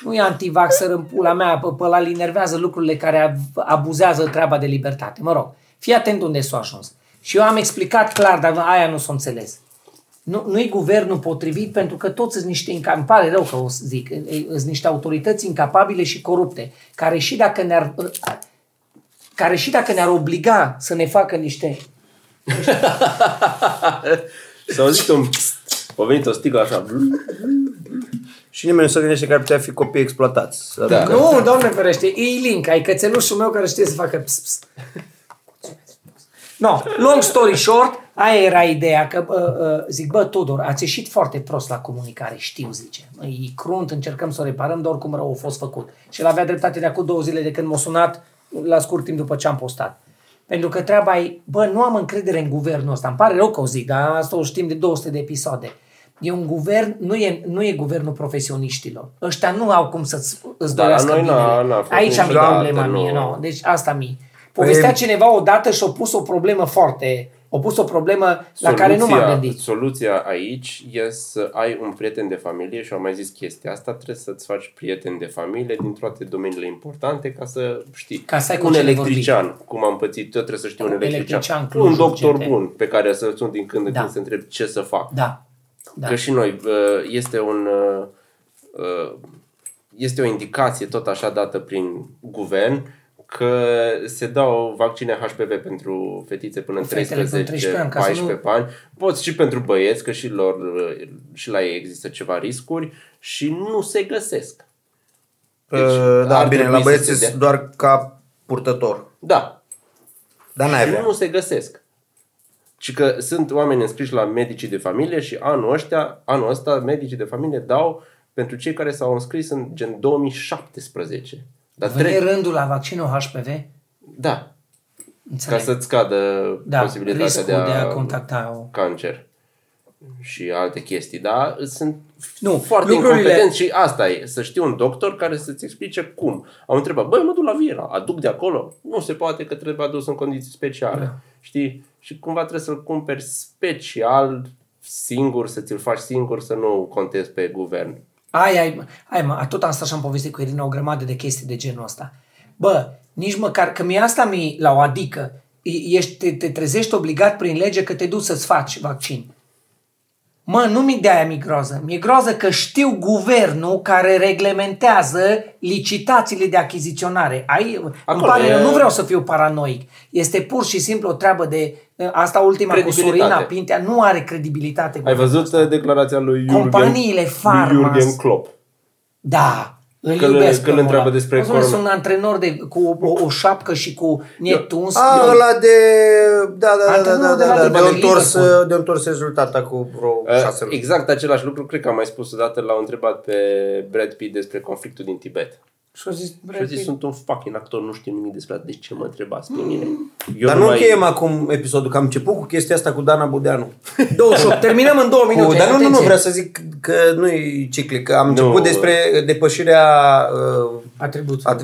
[SPEAKER 3] nu e antivaxer în pula mea, pe, pe la enervează lucrurile care ab- abuzează treaba de libertate. Mă rog, fii atent unde s-a ajuns. Și eu am explicat clar, dar aia nu s-a înțeles. Nu, nu-i guvernul potrivit pentru că toți sunt niște, inca- îmi pare rău că o să zic, e- e- sunt niște autorități incapabile și corupte, care și dacă ne-ar... care și dacă ne-ar obliga să ne facă niște...
[SPEAKER 1] S-a auzit un... A venit o sticlă așa.
[SPEAKER 2] Și nimeni nu se gândește că ar putea fi copii exploatați. Să
[SPEAKER 1] Da.
[SPEAKER 2] aducă-
[SPEAKER 3] Nu, doamne ferește, e link, ai cățelușul meu care știe să facă... Ps, ps. No, long story short, aia era ideea, că uh, uh, zic, bă, Tudor, ați ieșit foarte prost la comunicare, știu, zice. E crunt, încercăm să o reparăm, dar oricum rău a fost făcut. Și el avea dreptate de acum două zile de când m-a sunat, la scurt timp după ce am postat. Pentru că treaba e, bă, nu am încredere în guvernul ăsta. Îmi pare rău că o zic, dar asta o știm de 200 de episoade. E un guvern, nu e, nu e guvernul profesioniștilor. Ăștia nu au cum să-ți îți
[SPEAKER 1] Da,
[SPEAKER 3] dorească
[SPEAKER 1] la noi
[SPEAKER 3] binele.
[SPEAKER 1] n-a- n-a fost
[SPEAKER 3] Aici am
[SPEAKER 1] niciodată,
[SPEAKER 3] problema
[SPEAKER 1] nu.
[SPEAKER 3] mie, nu. Deci asta mi Povestea
[SPEAKER 2] Păi-
[SPEAKER 3] cineva odată și-a pus o problemă foarte... A pus o problemă la
[SPEAKER 1] Soluția-
[SPEAKER 3] care nu m-am gândit.
[SPEAKER 1] Soluția aici e să ai un prieten de familie și am mai zis chestia asta, trebuie să-ți faci prieten de familie din toate domeniile importante ca să știi.
[SPEAKER 3] Ca să ai cu
[SPEAKER 1] un
[SPEAKER 3] cine
[SPEAKER 1] electrician, cum am pățit eu, trebuie să știu un
[SPEAKER 3] Un
[SPEAKER 1] electrician.
[SPEAKER 3] electrician Cluj,
[SPEAKER 1] un doctor
[SPEAKER 3] Occident.
[SPEAKER 1] bun pe care să-l sun din când în
[SPEAKER 3] Da.
[SPEAKER 1] când să întreb ce să fac.
[SPEAKER 3] Da. da.
[SPEAKER 1] Că și noi uh, este un uh, uh, este o indicație tot așa dată prin guvern că se dau vaccine HPV pentru fetițe până în
[SPEAKER 3] Fetele până
[SPEAKER 1] 13,
[SPEAKER 3] 13 ani, ca să
[SPEAKER 1] 14 ani. Poți și pentru băieți, că și lor uh, și la ei există ceva riscuri și nu se găsesc.
[SPEAKER 2] Uh, da,
[SPEAKER 1] ar
[SPEAKER 2] bine,
[SPEAKER 1] trebui
[SPEAKER 2] la
[SPEAKER 1] să
[SPEAKER 2] băieți
[SPEAKER 1] se
[SPEAKER 2] sunt
[SPEAKER 1] dea.
[SPEAKER 2] doar ca purtător.
[SPEAKER 1] Da,
[SPEAKER 2] Dar n-ai
[SPEAKER 1] Și
[SPEAKER 2] vrea.
[SPEAKER 1] nu se găsesc. Și că sunt oameni înscriși la medicii de familie și anul, ăștia, anul ăsta medicii de familie dau pentru cei care s-au înscris în gen 2017. Dar
[SPEAKER 3] Vine
[SPEAKER 1] tre-
[SPEAKER 3] rândul la vaccinul HPV?
[SPEAKER 1] da, ca
[SPEAKER 3] Înțeleg.
[SPEAKER 1] să-ți scadă
[SPEAKER 3] da,
[SPEAKER 1] posibilitatea
[SPEAKER 3] riscul
[SPEAKER 1] de a,
[SPEAKER 3] contacta o...
[SPEAKER 1] cancer și alte chestii, da? Sunt
[SPEAKER 3] Nu,
[SPEAKER 1] nu, foarte
[SPEAKER 3] lucrurile-
[SPEAKER 1] lucrurile... incompetent și asta e, să știi un doctor care să-ți explice cum. Am întrebat, băi, mă duc la Viera, aduc de acolo? Nu se poate că trebuie adus în condiții speciale, da. știi? Și cumva trebuie să-l cumperi special, singur, să ți-l faci singur, să nu contezi pe guvern.
[SPEAKER 3] Ai, ai, ai, mă, tot am stat și am povestit cu Irina o grămadă de chestii de genul ăsta. Bă, nici măcar, că mie asta mi la o adică, e- ești, te, te trezești obligat prin lege că te duci să-ți faci vaccin. Mă, nu mi de aia mi groază. Mi-e groază că știu guvernul care reglementează licitațiile de achiziționare. Ai, îmi
[SPEAKER 1] Acolo
[SPEAKER 3] pare,
[SPEAKER 1] e-
[SPEAKER 3] e... nu vreau să fiu paranoic. Este pur și simplu o treabă de... ă, Asta ultima cu
[SPEAKER 1] Credibilitate.
[SPEAKER 3] Sorina Pintea nu are credibilitate.
[SPEAKER 1] Ai văzut uh, declarația lui Jurgen,
[SPEAKER 3] Companiile pharma-
[SPEAKER 1] lui Jurgen Klopp?
[SPEAKER 3] Da, îl
[SPEAKER 1] Că
[SPEAKER 3] că
[SPEAKER 1] le-
[SPEAKER 3] iubesc
[SPEAKER 1] că le
[SPEAKER 3] pe
[SPEAKER 1] întreabă
[SPEAKER 3] ăla.
[SPEAKER 1] despre
[SPEAKER 3] Mă, spune,
[SPEAKER 1] corona.
[SPEAKER 3] Sunt un antrenor de, cu o, o șapcă și cu netuns.
[SPEAKER 2] A, Ah, ăla de... Da, da, da,
[SPEAKER 3] Antrenorul
[SPEAKER 2] da,
[SPEAKER 3] de la
[SPEAKER 2] da, da, de
[SPEAKER 3] Liverpool.
[SPEAKER 2] întors, de întors rezultata cu vreo
[SPEAKER 1] Uh,
[SPEAKER 2] șase luni.
[SPEAKER 1] Exact același lucru, cred că am mai spus odată, l-au întrebat pe Brad Pitt despre conflictul din Tibet.
[SPEAKER 3] Și-a zis,
[SPEAKER 1] Și eu zis, sunt un fucking actor, nu știu nimic despre asta, de ce mă întrebați pe mine? Eu
[SPEAKER 2] Mm. Dar nu
[SPEAKER 1] mai-
[SPEAKER 2] încheiem acum episodul, că am început cu chestia asta cu Dana Budeanu.
[SPEAKER 3] 28, terminăm în 2 minute.
[SPEAKER 2] Cu, dar nu, nu, nu,
[SPEAKER 3] atenție.
[SPEAKER 2] vreau să zic că nu e ciclic, că am început
[SPEAKER 1] Nu.
[SPEAKER 2] despre uh, depășirea uh,
[SPEAKER 3] Atribut.
[SPEAKER 2] a,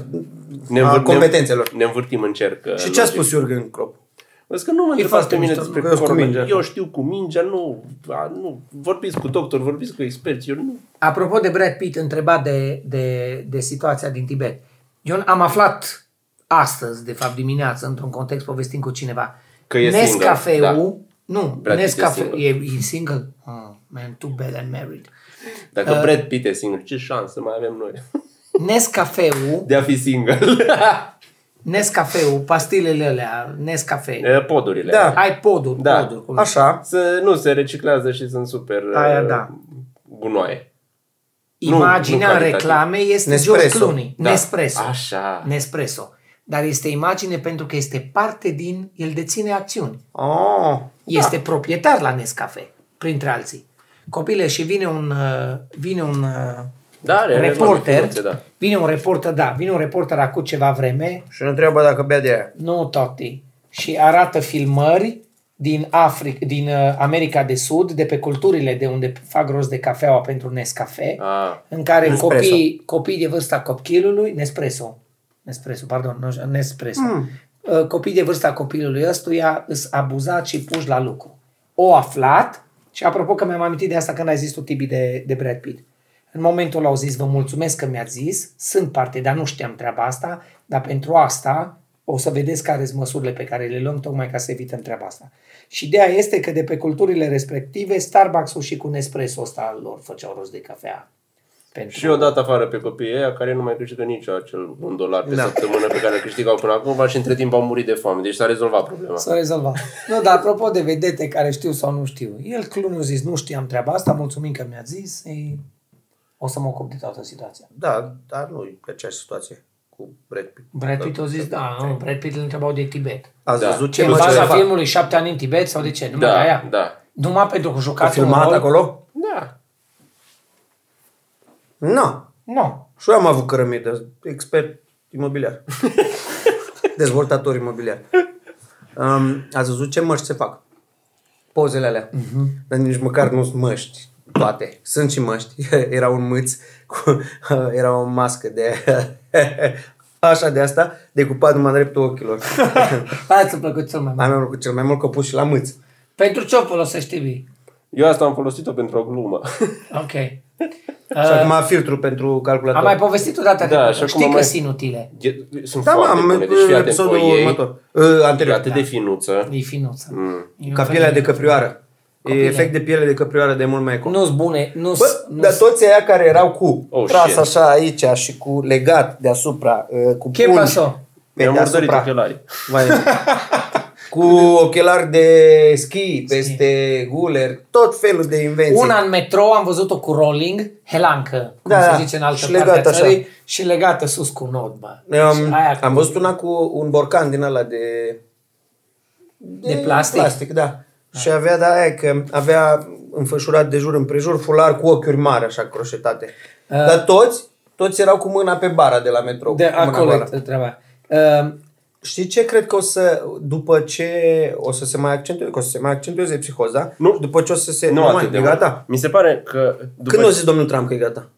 [SPEAKER 1] ne
[SPEAKER 2] a
[SPEAKER 1] învâr-
[SPEAKER 2] competențelor.
[SPEAKER 1] Ne, ne învârtim în cerc.
[SPEAKER 2] Și ce a spus Jurgen Klopp?
[SPEAKER 1] Vă că nu mă întrebați
[SPEAKER 3] foarte
[SPEAKER 1] pe mine
[SPEAKER 3] mișto,
[SPEAKER 1] despre
[SPEAKER 2] că eu sunt cu
[SPEAKER 1] corona.
[SPEAKER 2] mingea.
[SPEAKER 1] Eu știu cu mingea, nu, a, nu. Vorbiți cu doctor, vorbiți cu experți, eu nu.
[SPEAKER 3] Apropo de Brad Pitt, întrebat de, de, de situația din Tibet. Eu am aflat astăzi, de fapt dimineață, într-un context povestind cu cineva.
[SPEAKER 1] Că e
[SPEAKER 3] Nescafeu, da. nu,
[SPEAKER 1] Brad Pitt e
[SPEAKER 3] Nescafe,
[SPEAKER 1] singur.
[SPEAKER 3] e, e single? Oh, man, too bad I'm married.
[SPEAKER 1] Dacă uh. Brad Pitt e singur, ce șansă mai avem noi
[SPEAKER 3] Nescafeu,
[SPEAKER 1] de a fi single?
[SPEAKER 3] Nescafeu, pastilele alea, Nescafe.
[SPEAKER 1] Eh, Podurile.
[SPEAKER 2] Da.
[SPEAKER 3] Ai poduri,
[SPEAKER 1] Da.
[SPEAKER 3] poduri. cum-
[SPEAKER 2] Așa.
[SPEAKER 1] Să nu se reciclează și sunt super
[SPEAKER 3] Aia,
[SPEAKER 1] uh,
[SPEAKER 3] da.
[SPEAKER 1] gunoaie. Nu- nu
[SPEAKER 3] Imaginea în
[SPEAKER 1] calitativ.
[SPEAKER 3] reclame este
[SPEAKER 2] Nespresso.
[SPEAKER 3] George Clooney.
[SPEAKER 1] Da.
[SPEAKER 3] Nespresso.
[SPEAKER 1] Așa.
[SPEAKER 3] Nespresso. Dar este imagine pentru că este parte din, el deține acțiuni.
[SPEAKER 2] Oh.
[SPEAKER 3] Este proprietar la Nescafe, printre alții. Copile, și vine un, uh, vine un uh,
[SPEAKER 1] Da, are- are
[SPEAKER 3] reporter,
[SPEAKER 1] informație, da.
[SPEAKER 3] vine un reporter, da, vine un reporter acum ceva vreme,
[SPEAKER 2] Și ne întreabă dacă bea de aia.
[SPEAKER 3] nu toti, și arată filmări din Africa, din uh, America de Sud, de pe culturile de unde fac rost de cafeaua pentru Nescafe.
[SPEAKER 1] Ah.
[SPEAKER 3] în care
[SPEAKER 2] Nespresso.
[SPEAKER 3] copii, copii de vârsta copilului, Nespresso, Nespresso, pardon, nu- Nespresso, mm. copii de vârsta copilului ăstuia îs abuzat și puși la lucru. O aflat și apropo că mi-am amintit de asta când ai zis tu, Tibi, de, de Brad Pitt. În momentul ăla au zis, vă mulțumesc că mi-ați zis, sunt parte, dar nu știam treaba asta, dar pentru asta o să vedeți care sunt măsurile pe care le luăm tocmai ca să evităm treaba asta. Și ideea este că de pe culturile respective, Starbucks-ul și cu Nespresso ăsta al lor făceau rost de cafea. Pentru...
[SPEAKER 1] Și eu dat afară pe copiii ăia care nu mai câștigă nici acel un dolar pe da. săptămână pe care îl câștigau până acum și între timp au murit de foame. Deci s-a rezolvat problema.
[SPEAKER 3] S-a rezolvat. Nu, dar apropo de vedete care știu sau nu știu, el Clun a zis, nu știam treaba asta, mulțumim că mi-a zis, ei, o să mă ocup de toată situația.
[SPEAKER 2] Da, dar nu e pe aceeași situație cu Brad Pitt.
[SPEAKER 3] Brad Pitt a zis, da, nu, Brad Pitt îl întrebau de Tibet.
[SPEAKER 2] Ați
[SPEAKER 1] Da.
[SPEAKER 2] da. văzut
[SPEAKER 3] Ce,
[SPEAKER 2] ce
[SPEAKER 3] în
[SPEAKER 2] mă
[SPEAKER 3] baza
[SPEAKER 2] ce fac?
[SPEAKER 3] filmului șapte ani în Tibet sau de ce? Numai la
[SPEAKER 1] Da,
[SPEAKER 3] aia?
[SPEAKER 1] da.
[SPEAKER 3] Numai pentru că
[SPEAKER 2] A
[SPEAKER 3] jucat un
[SPEAKER 2] filmat
[SPEAKER 3] rol?
[SPEAKER 2] acolo?
[SPEAKER 1] Da.
[SPEAKER 2] Nu.
[SPEAKER 3] Nu.
[SPEAKER 2] Și eu am avut cărămidă, expert imobiliar. Dezvoltator imobiliar. Um, ați văzut ce măști se fac? Pozele alea. Uh-huh. Dar nici măcar nu sunt măști. Toate. Sunt și măști. Era un mâț, cu, era o mască de așa de asta, decupat numai în dreptul ochilor.
[SPEAKER 3] Aia ți-a plăcut cel mai mult.
[SPEAKER 2] Mai mi-a plăcut cel mai mult că a pus și la mâț.
[SPEAKER 3] Pentru ce o folosești, Tibi?
[SPEAKER 1] Eu asta am folosit-o pentru o glumă.
[SPEAKER 3] Ok.
[SPEAKER 2] Și
[SPEAKER 3] Uh,
[SPEAKER 2] acum filtru pentru calculator.
[SPEAKER 3] am mai povestit odată
[SPEAKER 1] Da,
[SPEAKER 3] da,
[SPEAKER 1] și acum
[SPEAKER 3] știi că
[SPEAKER 1] mai-
[SPEAKER 3] sunt inutile.
[SPEAKER 1] E- Sunt
[SPEAKER 2] Da, mă,
[SPEAKER 1] foarte
[SPEAKER 2] am
[SPEAKER 1] bune. Deci fii
[SPEAKER 2] în
[SPEAKER 1] atent cu
[SPEAKER 2] episodul
[SPEAKER 1] ei.
[SPEAKER 2] următor. Uh,
[SPEAKER 1] E
[SPEAKER 2] anterior.
[SPEAKER 1] atât de finuță.
[SPEAKER 3] E finuță. Mm.
[SPEAKER 2] Ca pielea de căprioară. E efect de piele de căprioară de mult mai eco.
[SPEAKER 3] Nu-s bune, nu-s...
[SPEAKER 2] Bă,
[SPEAKER 3] nu-s-
[SPEAKER 2] dar toți aia care erau cu
[SPEAKER 1] Oh,
[SPEAKER 2] oh, tras
[SPEAKER 1] shit.
[SPEAKER 2] așa aici și cu legat deasupra, uh, cu
[SPEAKER 3] Ce
[SPEAKER 2] pungi
[SPEAKER 3] pasă?
[SPEAKER 2] pe
[SPEAKER 1] Mi-am murdărit
[SPEAKER 2] deasupra,
[SPEAKER 1] ochelarii.
[SPEAKER 2] Vai. cu ochelari de schi, peste guler, tot felul de invenții.
[SPEAKER 3] Una în metrou am văzut-o cu rolling, helancă, cum
[SPEAKER 2] Da,
[SPEAKER 3] se
[SPEAKER 2] da.
[SPEAKER 3] zice în altă
[SPEAKER 2] Și
[SPEAKER 3] parte
[SPEAKER 2] legată
[SPEAKER 3] a
[SPEAKER 2] așa.
[SPEAKER 3] țării, și legată sus cu un nod, bă. Și
[SPEAKER 2] Um,
[SPEAKER 3] Deci, aia
[SPEAKER 2] am văzut una cu un borcan din ăla de...
[SPEAKER 3] De plastic? Ah.
[SPEAKER 2] plastic da. Și avea, da, aia că avea înfășurat de jur împrejur fular cu ochiuri mari, așa, croșetate. Dar toți, toți erau cu mâna pe bara de la metrou.
[SPEAKER 3] de
[SPEAKER 2] cu mâna
[SPEAKER 3] acolo
[SPEAKER 2] goală.
[SPEAKER 3] e treaba. Uh,
[SPEAKER 2] Știi ce cred că o să, după ce o să se mai accentueze, că o să se mai accentueze psihoza,
[SPEAKER 1] Nu.
[SPEAKER 2] după ce o să se...
[SPEAKER 1] Nu,
[SPEAKER 2] mai,
[SPEAKER 1] atât de
[SPEAKER 2] e
[SPEAKER 1] mult.
[SPEAKER 2] gata.
[SPEAKER 1] Mi se pare că... După
[SPEAKER 2] Când o zis domnul Trump că e gata?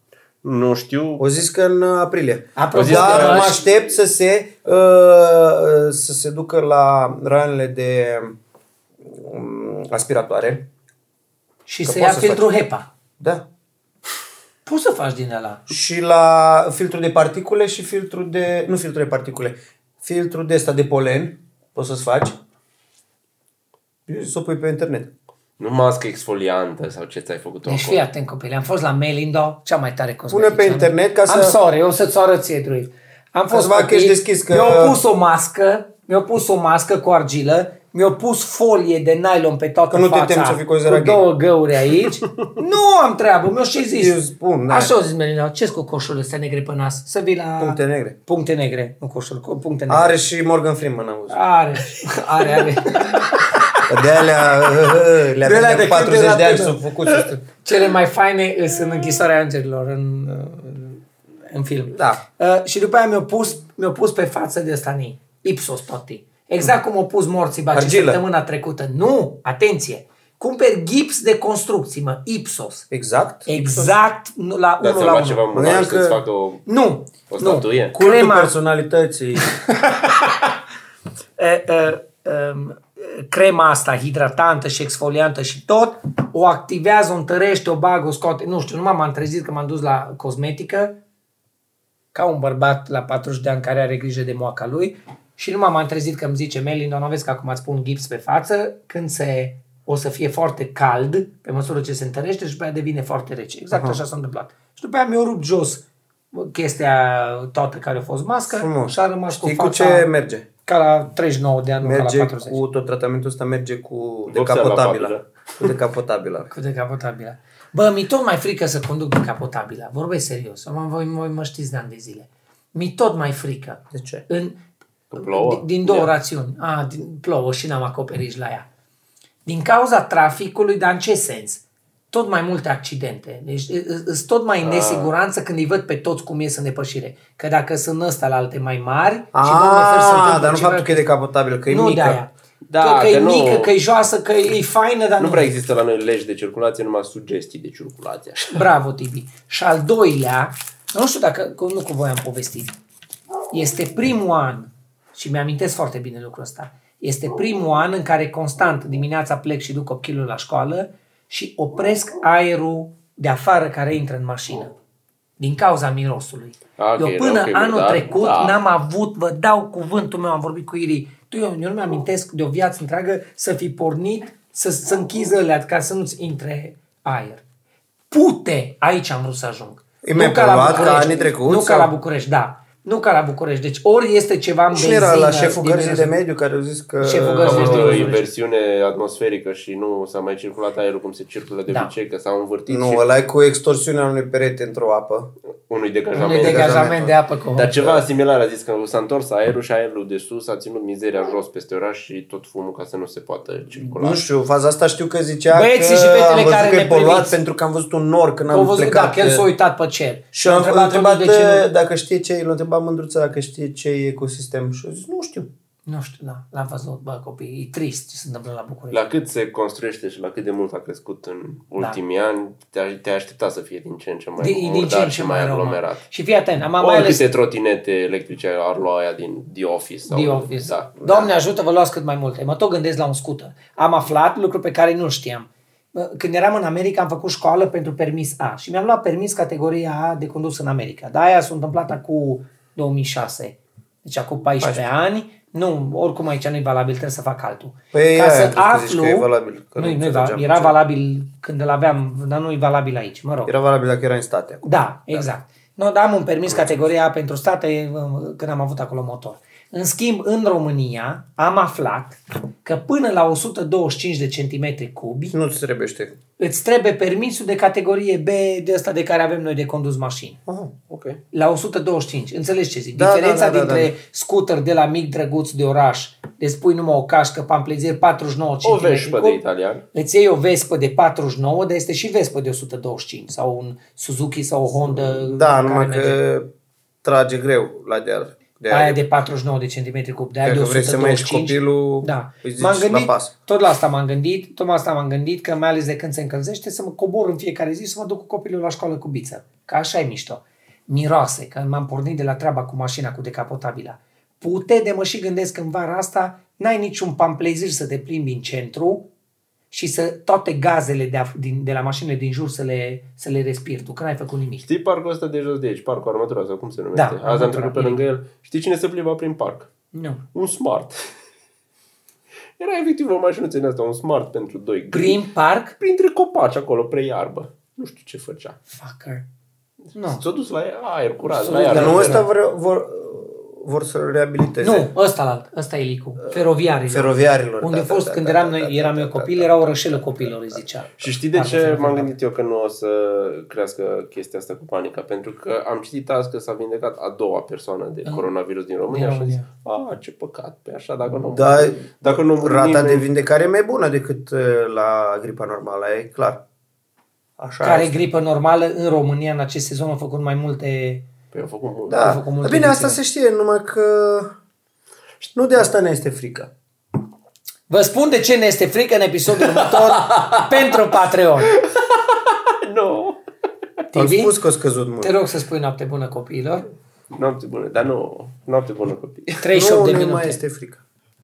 [SPEAKER 1] Nu știu.
[SPEAKER 2] O zis că în uh, aprilie.
[SPEAKER 3] Apropo
[SPEAKER 1] de
[SPEAKER 2] Dar
[SPEAKER 1] oraș-
[SPEAKER 2] mă aștept să se, uh, uh, să se ducă la ranele de um, aspiratoare.
[SPEAKER 3] și
[SPEAKER 2] Că
[SPEAKER 3] se
[SPEAKER 2] poți
[SPEAKER 3] ia
[SPEAKER 2] să
[SPEAKER 3] filtrul HEPA.
[SPEAKER 2] Da.
[SPEAKER 3] Poți să faci din ăla.
[SPEAKER 2] Și la filtru de particule și filtru de... Nu filtru de particule. Filtru de ăsta de polen. Poți să-ți faci. Eu zic Să o pui pe internet.
[SPEAKER 1] Nu mască exfoliantă sau ce ți-ai făcut-o
[SPEAKER 3] Deci
[SPEAKER 1] acolo.
[SPEAKER 3] fii atent copile, am fost la Melindo, cea mai tare cosmetician.
[SPEAKER 2] Pune pe internet ca
[SPEAKER 3] Am
[SPEAKER 2] să-
[SPEAKER 3] sorry, o să-ți o arăt ție, Druid. Am fost
[SPEAKER 2] Să vadă că
[SPEAKER 3] copil,
[SPEAKER 2] ești deschis, că-
[SPEAKER 3] mi-au pus o mască, mi-au pus o mască cu argilă, mi-au pus folie de nylon pe toată
[SPEAKER 2] Că nu te
[SPEAKER 3] fața,
[SPEAKER 2] temi să fii
[SPEAKER 3] cu
[SPEAKER 2] considerat gay.
[SPEAKER 3] două găuri aici. nu am treabă, mi-au și zis.
[SPEAKER 2] Eu spun, da.
[SPEAKER 3] Așa au zis Melindo, ce cu coșurile astea negre pe nas? Să vii la...
[SPEAKER 2] Puncte negre.
[SPEAKER 3] Puncte negre, nu coșuri, cu puncte negre.
[SPEAKER 2] Are și Morgan Freeman, am văzut.
[SPEAKER 3] Are, are, are.
[SPEAKER 2] De alea, uh, uh,
[SPEAKER 3] De alea de
[SPEAKER 2] le-a de
[SPEAKER 3] când
[SPEAKER 2] 40 de
[SPEAKER 3] era
[SPEAKER 2] ani
[SPEAKER 3] tânăr.
[SPEAKER 2] s-au făcut. să stă-
[SPEAKER 3] Cele mai faine sunt închisoarea îngerilor în, uh, în film.
[SPEAKER 2] Da.
[SPEAKER 3] Uh, și după aia mi-au pus, mi-au pus pe față de stanii. Ipsos toti. Exact cum au pus morții baci
[SPEAKER 2] Argilă.
[SPEAKER 3] săptămâna trecută. Nu, atenție. Cumperi gips de construcții, mă, Ipsos.
[SPEAKER 2] Exact.
[SPEAKER 3] Exact nu, la
[SPEAKER 1] Dar
[SPEAKER 3] unul
[SPEAKER 1] să
[SPEAKER 3] la
[SPEAKER 1] faci
[SPEAKER 3] unul.
[SPEAKER 1] ceva în
[SPEAKER 2] Mâneam
[SPEAKER 1] mână și să-ți
[SPEAKER 2] că-
[SPEAKER 1] facă o...
[SPEAKER 3] Nu,
[SPEAKER 1] O
[SPEAKER 3] nu.
[SPEAKER 1] statuie.
[SPEAKER 2] Cultul
[SPEAKER 3] Crema,
[SPEAKER 2] personalității.
[SPEAKER 3] uh, uh, um, crema asta hidratantă și exfoliantă și tot, o activează, o întărește, o bagă, o scoate. Nu știu, numai m-am trezit că m-am dus la cosmetică, ca un bărbat la 40 de ani care are grijă de moaca lui și numai m-am trezit că îmi zice Melin, nu vezi că acum îți pun gips pe față, când se o să fie foarte cald pe măsură ce se întărește și după aia devine foarte rece. Exact așa s-a întâmplat. Și după aia mi-o rupt jos chestia toată care a fost mască
[SPEAKER 2] Frumos.
[SPEAKER 3] și a rămas
[SPEAKER 2] Știi
[SPEAKER 3] cu
[SPEAKER 2] cu,
[SPEAKER 3] fața
[SPEAKER 2] ce merge?
[SPEAKER 3] ca la 39 de ani, nu ca
[SPEAKER 2] Merge
[SPEAKER 3] la 40.
[SPEAKER 2] cu tot tratamentul ăsta, merge cu
[SPEAKER 1] Vopsea la
[SPEAKER 2] decapotabila.
[SPEAKER 3] da.
[SPEAKER 2] Cu decapotabila.
[SPEAKER 3] Cu decapotabila. Bă, mi tot mai frică să conduc decapotabila. Vorbesc serios. Mă, voi, voi mă știți de ani de zile. Mi tot mai frică.
[SPEAKER 2] De ce?
[SPEAKER 3] În,
[SPEAKER 1] Că plouă?
[SPEAKER 3] Din, din două
[SPEAKER 1] Ia.
[SPEAKER 3] rațiuni. A, din, plouă și n-am acoperiș la ea. Din cauza traficului, dar în ce sens? Tot mai multe accidente. Deci sunt tot mai în nesiguranță când îi văd pe toți cum ies în depășire. Că dacă sunt ăsta la alte mai mari... Doamne ferește, se
[SPEAKER 2] Ah,
[SPEAKER 3] întâmplă
[SPEAKER 2] dar nu
[SPEAKER 3] ceva-
[SPEAKER 2] faptul că e decapotabil, că e
[SPEAKER 3] nu de
[SPEAKER 2] mică.
[SPEAKER 3] aia.
[SPEAKER 1] Da,
[SPEAKER 3] că, că
[SPEAKER 1] că
[SPEAKER 3] e
[SPEAKER 1] nu-
[SPEAKER 3] mică, că e joasă, că e, e faină, dar nu,
[SPEAKER 1] Nu prea există la noi legi de circulație, numai sugestii de circulație. Așa.
[SPEAKER 3] Bravo, Tibi. Și al doilea, nu știu dacă, că nu cu voi am povestit, este primul an, și mi-amintesc foarte bine lucrul ăsta, este primul an în care constant dimineața plec și duc copilul la școală și opresc aerul de afară care intră în mașină. Din cauza mirosului.
[SPEAKER 1] Ah, ok,
[SPEAKER 3] eu
[SPEAKER 1] era
[SPEAKER 3] până
[SPEAKER 1] ok,
[SPEAKER 3] anul
[SPEAKER 1] murdar,
[SPEAKER 3] trecut
[SPEAKER 1] da.
[SPEAKER 3] n-am avut, vă dau cuvântul meu, am vorbit cu Iri, tu, eu, eu nu mi-amintesc de o viață întreagă să fi pornit, să, să închizi alea ca să nu-ți intre aer pute, aici am vrut să ajung.
[SPEAKER 2] E mai
[SPEAKER 3] ca la
[SPEAKER 2] poluat ca
[SPEAKER 3] București.
[SPEAKER 2] anii trecuți?
[SPEAKER 3] Nu ca
[SPEAKER 2] sau?
[SPEAKER 3] la București, da. Nu ca la București. Deci ori este ceva în
[SPEAKER 2] Cine era la
[SPEAKER 3] benzină
[SPEAKER 2] șeful
[SPEAKER 3] din
[SPEAKER 2] gărzii de
[SPEAKER 3] mirosul-
[SPEAKER 2] mediu care a zis că...
[SPEAKER 3] Șeful
[SPEAKER 1] A
[SPEAKER 3] gărzii
[SPEAKER 1] fost
[SPEAKER 3] de
[SPEAKER 1] o
[SPEAKER 3] București.
[SPEAKER 1] inversiune atmosferică și nu s-a mai circulat aerul cum se circulă de
[SPEAKER 3] Da.
[SPEAKER 1] obicei, că s-a învârtit
[SPEAKER 2] Nu,
[SPEAKER 1] și
[SPEAKER 2] ăla e cu extorsiunea unui perete într-o apă.
[SPEAKER 1] unui
[SPEAKER 3] Unui
[SPEAKER 1] degajament.
[SPEAKER 2] da.
[SPEAKER 3] degajament de apă cu
[SPEAKER 1] Dar ceva similar a zis că s-a întors aerul și aerul de sus a ținut mizeria jos peste oraș și tot fumul ca să nu se poată circula.
[SPEAKER 2] Nu știu, faza asta știu că zicea
[SPEAKER 3] Băieții
[SPEAKER 2] că
[SPEAKER 3] și fetele
[SPEAKER 2] am văzut
[SPEAKER 3] care
[SPEAKER 2] că
[SPEAKER 3] ne
[SPEAKER 2] e poluat
[SPEAKER 3] priviți.
[SPEAKER 2] pentru că am văzut un nor când
[SPEAKER 3] Că au
[SPEAKER 2] am
[SPEAKER 3] văzut
[SPEAKER 2] plecat.
[SPEAKER 3] dacă el s-a uitat pe cer.
[SPEAKER 2] Și am
[SPEAKER 3] întrebat
[SPEAKER 2] întrebat, uh,
[SPEAKER 3] unul de ce nu.
[SPEAKER 2] dacă știe ce e, l-a întrebat mândruța dacă știe ce e ecosistem și a zis, nu știu.
[SPEAKER 3] Nu știu, da, l-am văzut, bă, copii, e trist ce se întâmplă la București.
[SPEAKER 1] La cât se construiește și la cât de mult a crescut în ultimii ani, te-ai te aștepta să fie din ce în ce mai
[SPEAKER 3] Da. Din, din ce
[SPEAKER 1] murdar
[SPEAKER 3] în
[SPEAKER 1] și
[SPEAKER 3] ce
[SPEAKER 1] mai
[SPEAKER 3] mai rău. mă.
[SPEAKER 1] aglomerat.
[SPEAKER 3] Și fii atent, am mai
[SPEAKER 1] Ori
[SPEAKER 3] ales
[SPEAKER 1] câte trotinete electrice ar lua aia din The Office. Sau,
[SPEAKER 3] The Office.
[SPEAKER 2] Exact.
[SPEAKER 1] Da.
[SPEAKER 3] Doamne ajută, vă luați cât mai multe. Mă tot gândesc la un scută. Am aflat lucruri pe care nu știam. Mă, Când eram în America, am făcut școală pentru permis A și mi-am luat permis categoria A de condus în America. Dar aia s-a întâmplat acum 2006. Deci acum 14 ani. Nu, oricum aici nu-i valabil, trebuie să fac altul.
[SPEAKER 2] Păi aia trebuie să zici că e valabil, că
[SPEAKER 3] nu,
[SPEAKER 2] nu
[SPEAKER 3] nu
[SPEAKER 2] înțelegeam
[SPEAKER 3] era
[SPEAKER 2] ce-
[SPEAKER 3] valabil când îl aveam, dar nu e valabil aici, mă rog.
[SPEAKER 2] Era valabil dacă era în state. acum.
[SPEAKER 3] Da, exact. No, dar am un permis categoria A pentru state uh, când am avut acolo motor. În schimb, în România am aflat că până la 125 de centimetri cubi
[SPEAKER 2] Nu ți trebuiește.
[SPEAKER 3] îți trebuie permisul de categorie B de ăsta de care avem noi de condus mașini.
[SPEAKER 2] Aha, ok.
[SPEAKER 3] La 125. Înțelegi ce zic?
[SPEAKER 2] Da, da,
[SPEAKER 3] Diferența
[SPEAKER 2] da, da,
[SPEAKER 3] dintre
[SPEAKER 2] da.
[SPEAKER 3] scooter de la mic drăguț de oraș, de spui numai o cașcă, pamplezier 49
[SPEAKER 1] O
[SPEAKER 3] centimetri
[SPEAKER 1] veșpă de
[SPEAKER 3] cubi,
[SPEAKER 1] italian.
[SPEAKER 3] Îți iei o Vespă de 49, dar este și Vespă de 125 sau un Suzuki sau o Honda.
[SPEAKER 2] Da,
[SPEAKER 3] care
[SPEAKER 2] numai
[SPEAKER 3] merge.
[SPEAKER 2] că trage greu la deal.
[SPEAKER 3] De aia de 49 de centimetri cub, de aia de
[SPEAKER 2] Dacă vrei
[SPEAKER 3] 125.
[SPEAKER 2] să mai ieși copilul,
[SPEAKER 3] da.
[SPEAKER 2] îi Păi zici
[SPEAKER 3] M-am
[SPEAKER 2] la
[SPEAKER 3] gândit,
[SPEAKER 2] pas.
[SPEAKER 3] tot la asta m-am gândit, tot la asta m-am gândit că mai ales de când se încălzește să mă cobor în fiecare zi să mă duc cu copilul la școală cu biță. Că așa e mișto. Miroase, că m-am pornit de la treaba cu mașina cu decapotabila. Pute de mă și gândesc că în vara asta n-ai niciun pamplezir să te plimbi în centru și să toate gazele de, af- din, de la mașinile din jur să le, să le respiri tu, că n-ai făcut nimic.
[SPEAKER 1] Știi parcul ăsta de jos de aici, parcul Armătura sau cum se numește?
[SPEAKER 3] Da,
[SPEAKER 1] Azi
[SPEAKER 3] Armătura,
[SPEAKER 1] am trecut pe
[SPEAKER 3] bine.
[SPEAKER 1] lângă el. Știi cine se plimba prin parc?
[SPEAKER 3] Nu.
[SPEAKER 1] Un smart. Era efectiv o mașinuță din asta, un smart pentru doi.
[SPEAKER 3] Prin parc?
[SPEAKER 1] Printre copaci acolo, preiarbă. Nu știu ce făcea.
[SPEAKER 3] Fucker. Nu.
[SPEAKER 1] S-a dus la aer curat, la
[SPEAKER 3] dus
[SPEAKER 1] aer.
[SPEAKER 2] Dar
[SPEAKER 3] Da,
[SPEAKER 2] nu
[SPEAKER 3] da,
[SPEAKER 2] ăsta
[SPEAKER 3] da.
[SPEAKER 2] vor, vor, vor să reabiliteze.
[SPEAKER 3] Nu, ăsta la alt, ăsta e licul. Feroviarilor.
[SPEAKER 2] Feroviarilor,
[SPEAKER 3] Unde
[SPEAKER 2] da,
[SPEAKER 3] a
[SPEAKER 2] da,
[SPEAKER 3] fost
[SPEAKER 2] da,
[SPEAKER 3] când
[SPEAKER 2] da,
[SPEAKER 3] eram
[SPEAKER 2] da,
[SPEAKER 3] noi,
[SPEAKER 2] da,
[SPEAKER 3] eram
[SPEAKER 2] da,
[SPEAKER 3] eu
[SPEAKER 2] da,
[SPEAKER 3] copil,
[SPEAKER 2] da,
[SPEAKER 3] era
[SPEAKER 2] da,
[SPEAKER 3] o
[SPEAKER 2] da,
[SPEAKER 3] rășelă
[SPEAKER 2] da,
[SPEAKER 3] copilor, îi
[SPEAKER 2] da,
[SPEAKER 3] zicea.
[SPEAKER 1] Și știi de
[SPEAKER 3] Parcă
[SPEAKER 1] ce
[SPEAKER 3] feroviar.
[SPEAKER 1] m-am gândit eu că nu o să crească chestia asta cu panica? Pentru că am citit azi că s-a vindecat a doua persoană
[SPEAKER 2] Ah.
[SPEAKER 1] de coronavirus din România
[SPEAKER 3] Din
[SPEAKER 1] și am zis,
[SPEAKER 3] România.
[SPEAKER 1] a, ce păcat, pe așa, dacă nu...
[SPEAKER 2] Da,
[SPEAKER 1] dacă nu
[SPEAKER 2] Rata
[SPEAKER 1] nimeni-
[SPEAKER 2] de vindecare e mai bună decât uh, la gripa normală, e clar. Așa
[SPEAKER 3] Care
[SPEAKER 2] este.
[SPEAKER 3] gripă normală în România în acest sezon au făcut mai multe...
[SPEAKER 1] Păi au făcut mult.
[SPEAKER 2] Da.
[SPEAKER 3] Au făcut multe
[SPEAKER 2] Bine, asta
[SPEAKER 3] victime.
[SPEAKER 2] se știe, numai că nu de asta ne este frică.
[SPEAKER 3] Vă spun de ce ne este frică în episodul următor pentru Patreon.
[SPEAKER 1] Nu!
[SPEAKER 2] Am
[SPEAKER 3] TV?
[SPEAKER 2] spus că a scăzut mult.
[SPEAKER 3] Te rog să spui noapte bună copiilor.
[SPEAKER 1] Noapte bună, dar nu, noapte bună copii.
[SPEAKER 3] 38
[SPEAKER 2] nu,
[SPEAKER 3] de
[SPEAKER 2] nu
[SPEAKER 3] minute.
[SPEAKER 2] mai este frică.